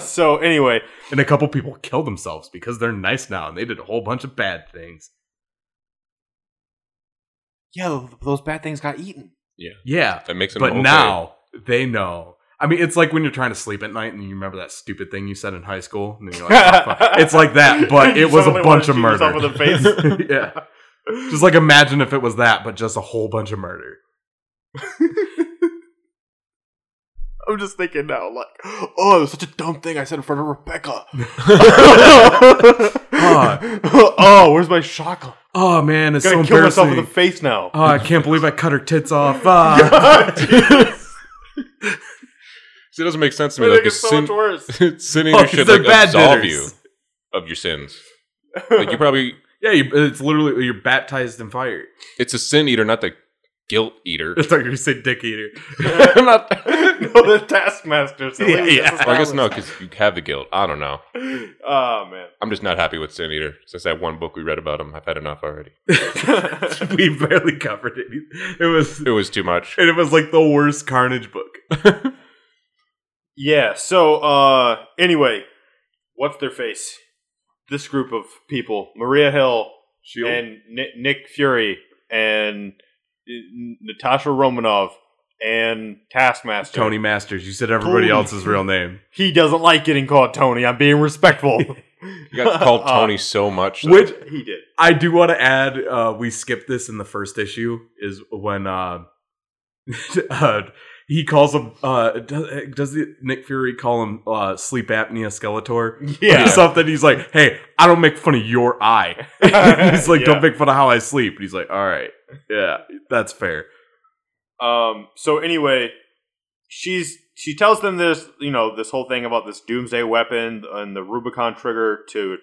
so anyway, And a couple people kill themselves because they're nice now and they did a whole bunch of bad things. yeah, those bad things got eaten. Yeah. That makes him. But okay. now they know. I mean, it's like when you're trying to sleep at night and you remember that stupid thing you said in high school. And then you're like, oh, fuck. it's like that, but You it was a suddenly wanna bunch of shoot murder. yourself in the face. yeah. Just like imagine if it was that, but just a whole bunch of murder. I'm just thinking now, like, oh, it was such a dumb thing I said in front of Rebecca. Oh. oh, where's my chocolate? Oh man, it's so Gonna kill embarrassing. myself in the face now. oh, I can't believe I cut her tits off. Ah. See, it doesn't make sense to me. They Like, make it is so sin, much worse. sinning Oh, should they're like bad absolve dinners. you of your sins. Like you probably, yeah, you, it's literally you're baptized in fire. it's a sin eater, not the guilt eater. It's like you say dick eater. I'm not. no, the taskmaster. So Yeah, yeah. Well, I guess no, because you have the guilt. I don't know. Oh man. I'm just not happy with sin eater. Since that one book we read about him, I've had enough already. we barely covered it. It was It was too much. and it was like the worst Carnage book. yeah. So uh, anyway, what's their face? This group of people: Maria Hill Shield. and Ni- Nick Fury and uh, Natasha Romanoff and Taskmaster. Tony Masters. You said everybody Holy else's real name, He doesn't like getting called Tony. I'm being respectful. You got called Tony so much. that- which he did. I do want to add. Uh, we skipped this in the first issue. Is when uh, uh, he calls him. Uh, does, does the, Nick Fury call him uh, sleep apnea Skeletor? Yeah. Or something. He's like, hey, I don't make fun of your eye. he's like, Yeah. don't make fun of how I sleep. And he's like, all right, yeah, that's fair. Um. So anyway, she's she tells them this, you know, this whole thing about this doomsday weapon and the Rubicon trigger to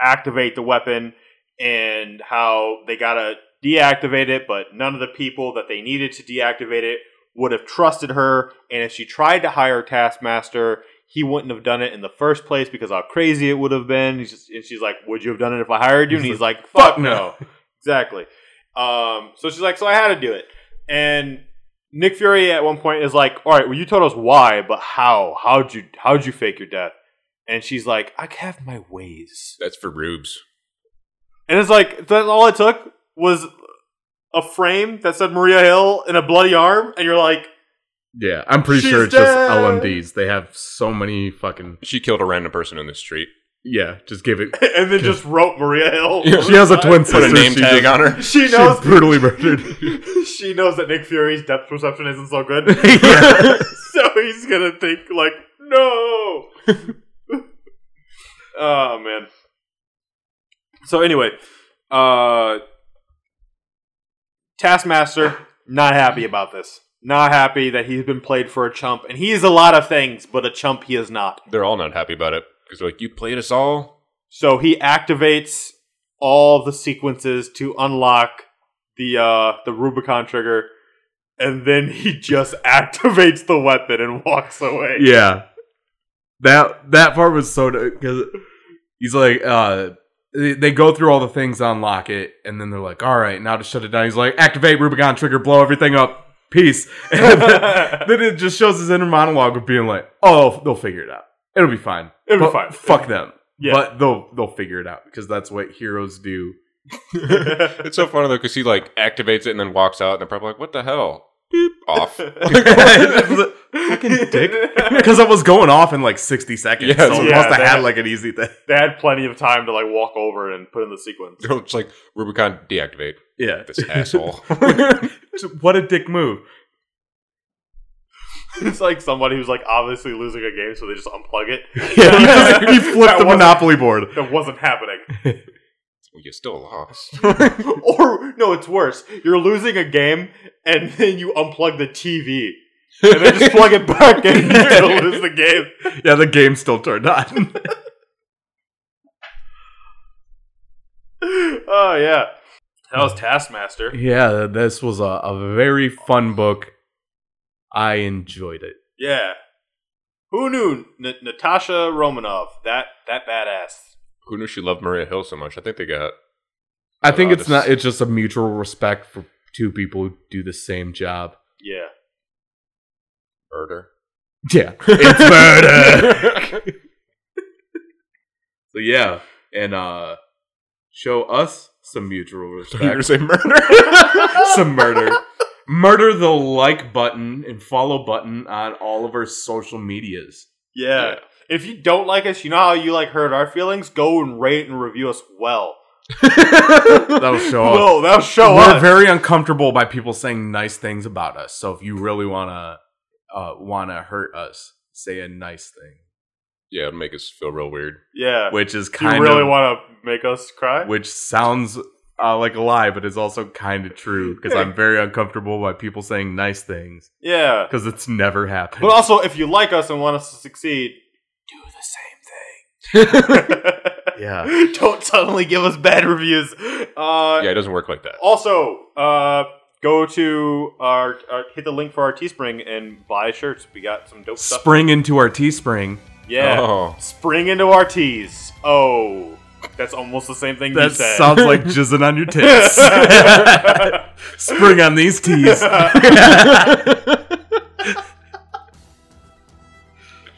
activate the weapon, and how they gotta deactivate it, but none of the people that they needed to deactivate it would have trusted her, and if she tried to hire Taskmaster. He wouldn't have done it in the first place because how crazy it would have been. He's just, and she's like, "Would you have done it if I hired you?" And he's like, "Fuck no, exactly." Um, so she's like, "So I had to do it." And Nick Fury at one point is like, "All right, well, you told us why, but how? How'd you how'd you fake your death?" And she's like, "I have my ways." That's for rubes. And it's like that's all it took was a frame that said Maria Hill and a bloody arm, and you're like, Yeah, I'm pretty She's sure it's dead. just LMDs. They have so many fucking She killed a random person in the street. yeah. Just give it. and then just wrote Maria Hill. Yeah. She has a twin Put sister. a name she tag just- on her. She she knows. brutally murdered. she knows that Nick Fury's depth perception isn't so good, Yeah. so he's gonna think like, "No." oh man. So anyway, uh, Taskmaster not happy about this. Not happy that he's been played for a chump, and he is a lot of things, but a chump he is not. They're all not happy about it because like you played us all. So he activates all the sequences to unlock the uh, the Rubicon trigger, and then he just activates the weapon and walks away. yeah that that part was so because he's like uh they they go through all the things to unlock it and then they're like all right now to shut it down he's like activate rubicon trigger blow everything up peace and then, then it just shows his inner monologue of being like oh they'll, they'll figure it out it'll be fine It'll be But fine." fuck them Yeah. but they'll they'll figure it out because that's what heroes do It's so funny though because he like activates it and then walks out and they're probably like, "What the hell?" Beep off. fucking dick because it was going off in like 60 seconds Yeah, so it yeah, must have that- had like an easy thing they had plenty of time to like walk over and put in the sequence. They're just like Rubicon deactivate yeah this asshole. what a dick move it's like somebody who's like obviously losing a game, so they just unplug it. Yeah, he, just, he That flipped the wasn't- Monopoly board. That wasn't happening. you still lost. or no, it's worse. You're losing a game, and then you unplug the TV, and then just plug it back in. You still lose the game. Yeah, the game still turned on. Oh yeah, that was Taskmaster. yeah, this was a, a very fun book. I enjoyed it. Yeah, who knew N- Natasha Romanov? That that badass. Who knew she loved Maria Hill so much? I think they got I think Uh, it's this- not. It's just a mutual respect for two people who do the same job. Yeah, murder. Yeah, it's murder. so yeah, and uh, show us some mutual respect. say murder. some murder. Murder the like button and follow button on all of our social medias. yeah. Yeah. If you don't like us, you know how you like hurt our feelings. Go and rate and review us well. That'll show up. Well, that'll show We're up. very uncomfortable by people saying nice things about us. So if you really wanna uh, wanna hurt us, say a nice thing. Yeah, it'll make us feel real weird. Yeah. which is Do you kind really of want to make us cry? which sounds uh, like a lie, but is also kind of true because I'm very uncomfortable by people saying nice things yeah. because it's never happened. But also, if you like us and want us to succeed, do the same Yeah, don't suddenly give us bad reviews. Uh, Yeah, it doesn't work like that. Also, uh, go to our, our hit the link for our Teespring and buy shirts. We got some dope stuff. spring into our Teespring. Yeah, Oh. spring into our tees. Oh, that's almost the same thing That you said. sounds like jizzing on your tits. spring on these tees.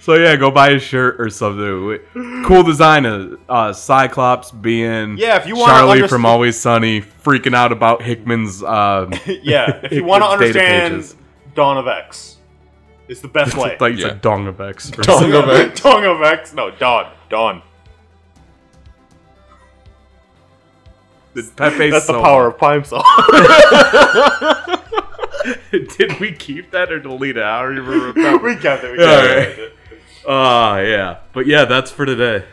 so yeah, go buy a shirt or something. Cool design of uh, Cyclops being yeah, if you want Charlie to from Always Sunny freaking out about Hickman's. Uh, yeah, if you want to Data understand pages. Dawn Dawn of X, it's the best way. like yeah. Yeah. Dong of X. or Dong. something. Tongue of X. Tongue of X. No, Dawn. Dawn. Pepe's That's the so- power of Pine Sol. Did we keep that or delete it? I don't even we remember. got it. We Yeah, got right. it. Ah, Uh, yeah. But yeah, that's for today.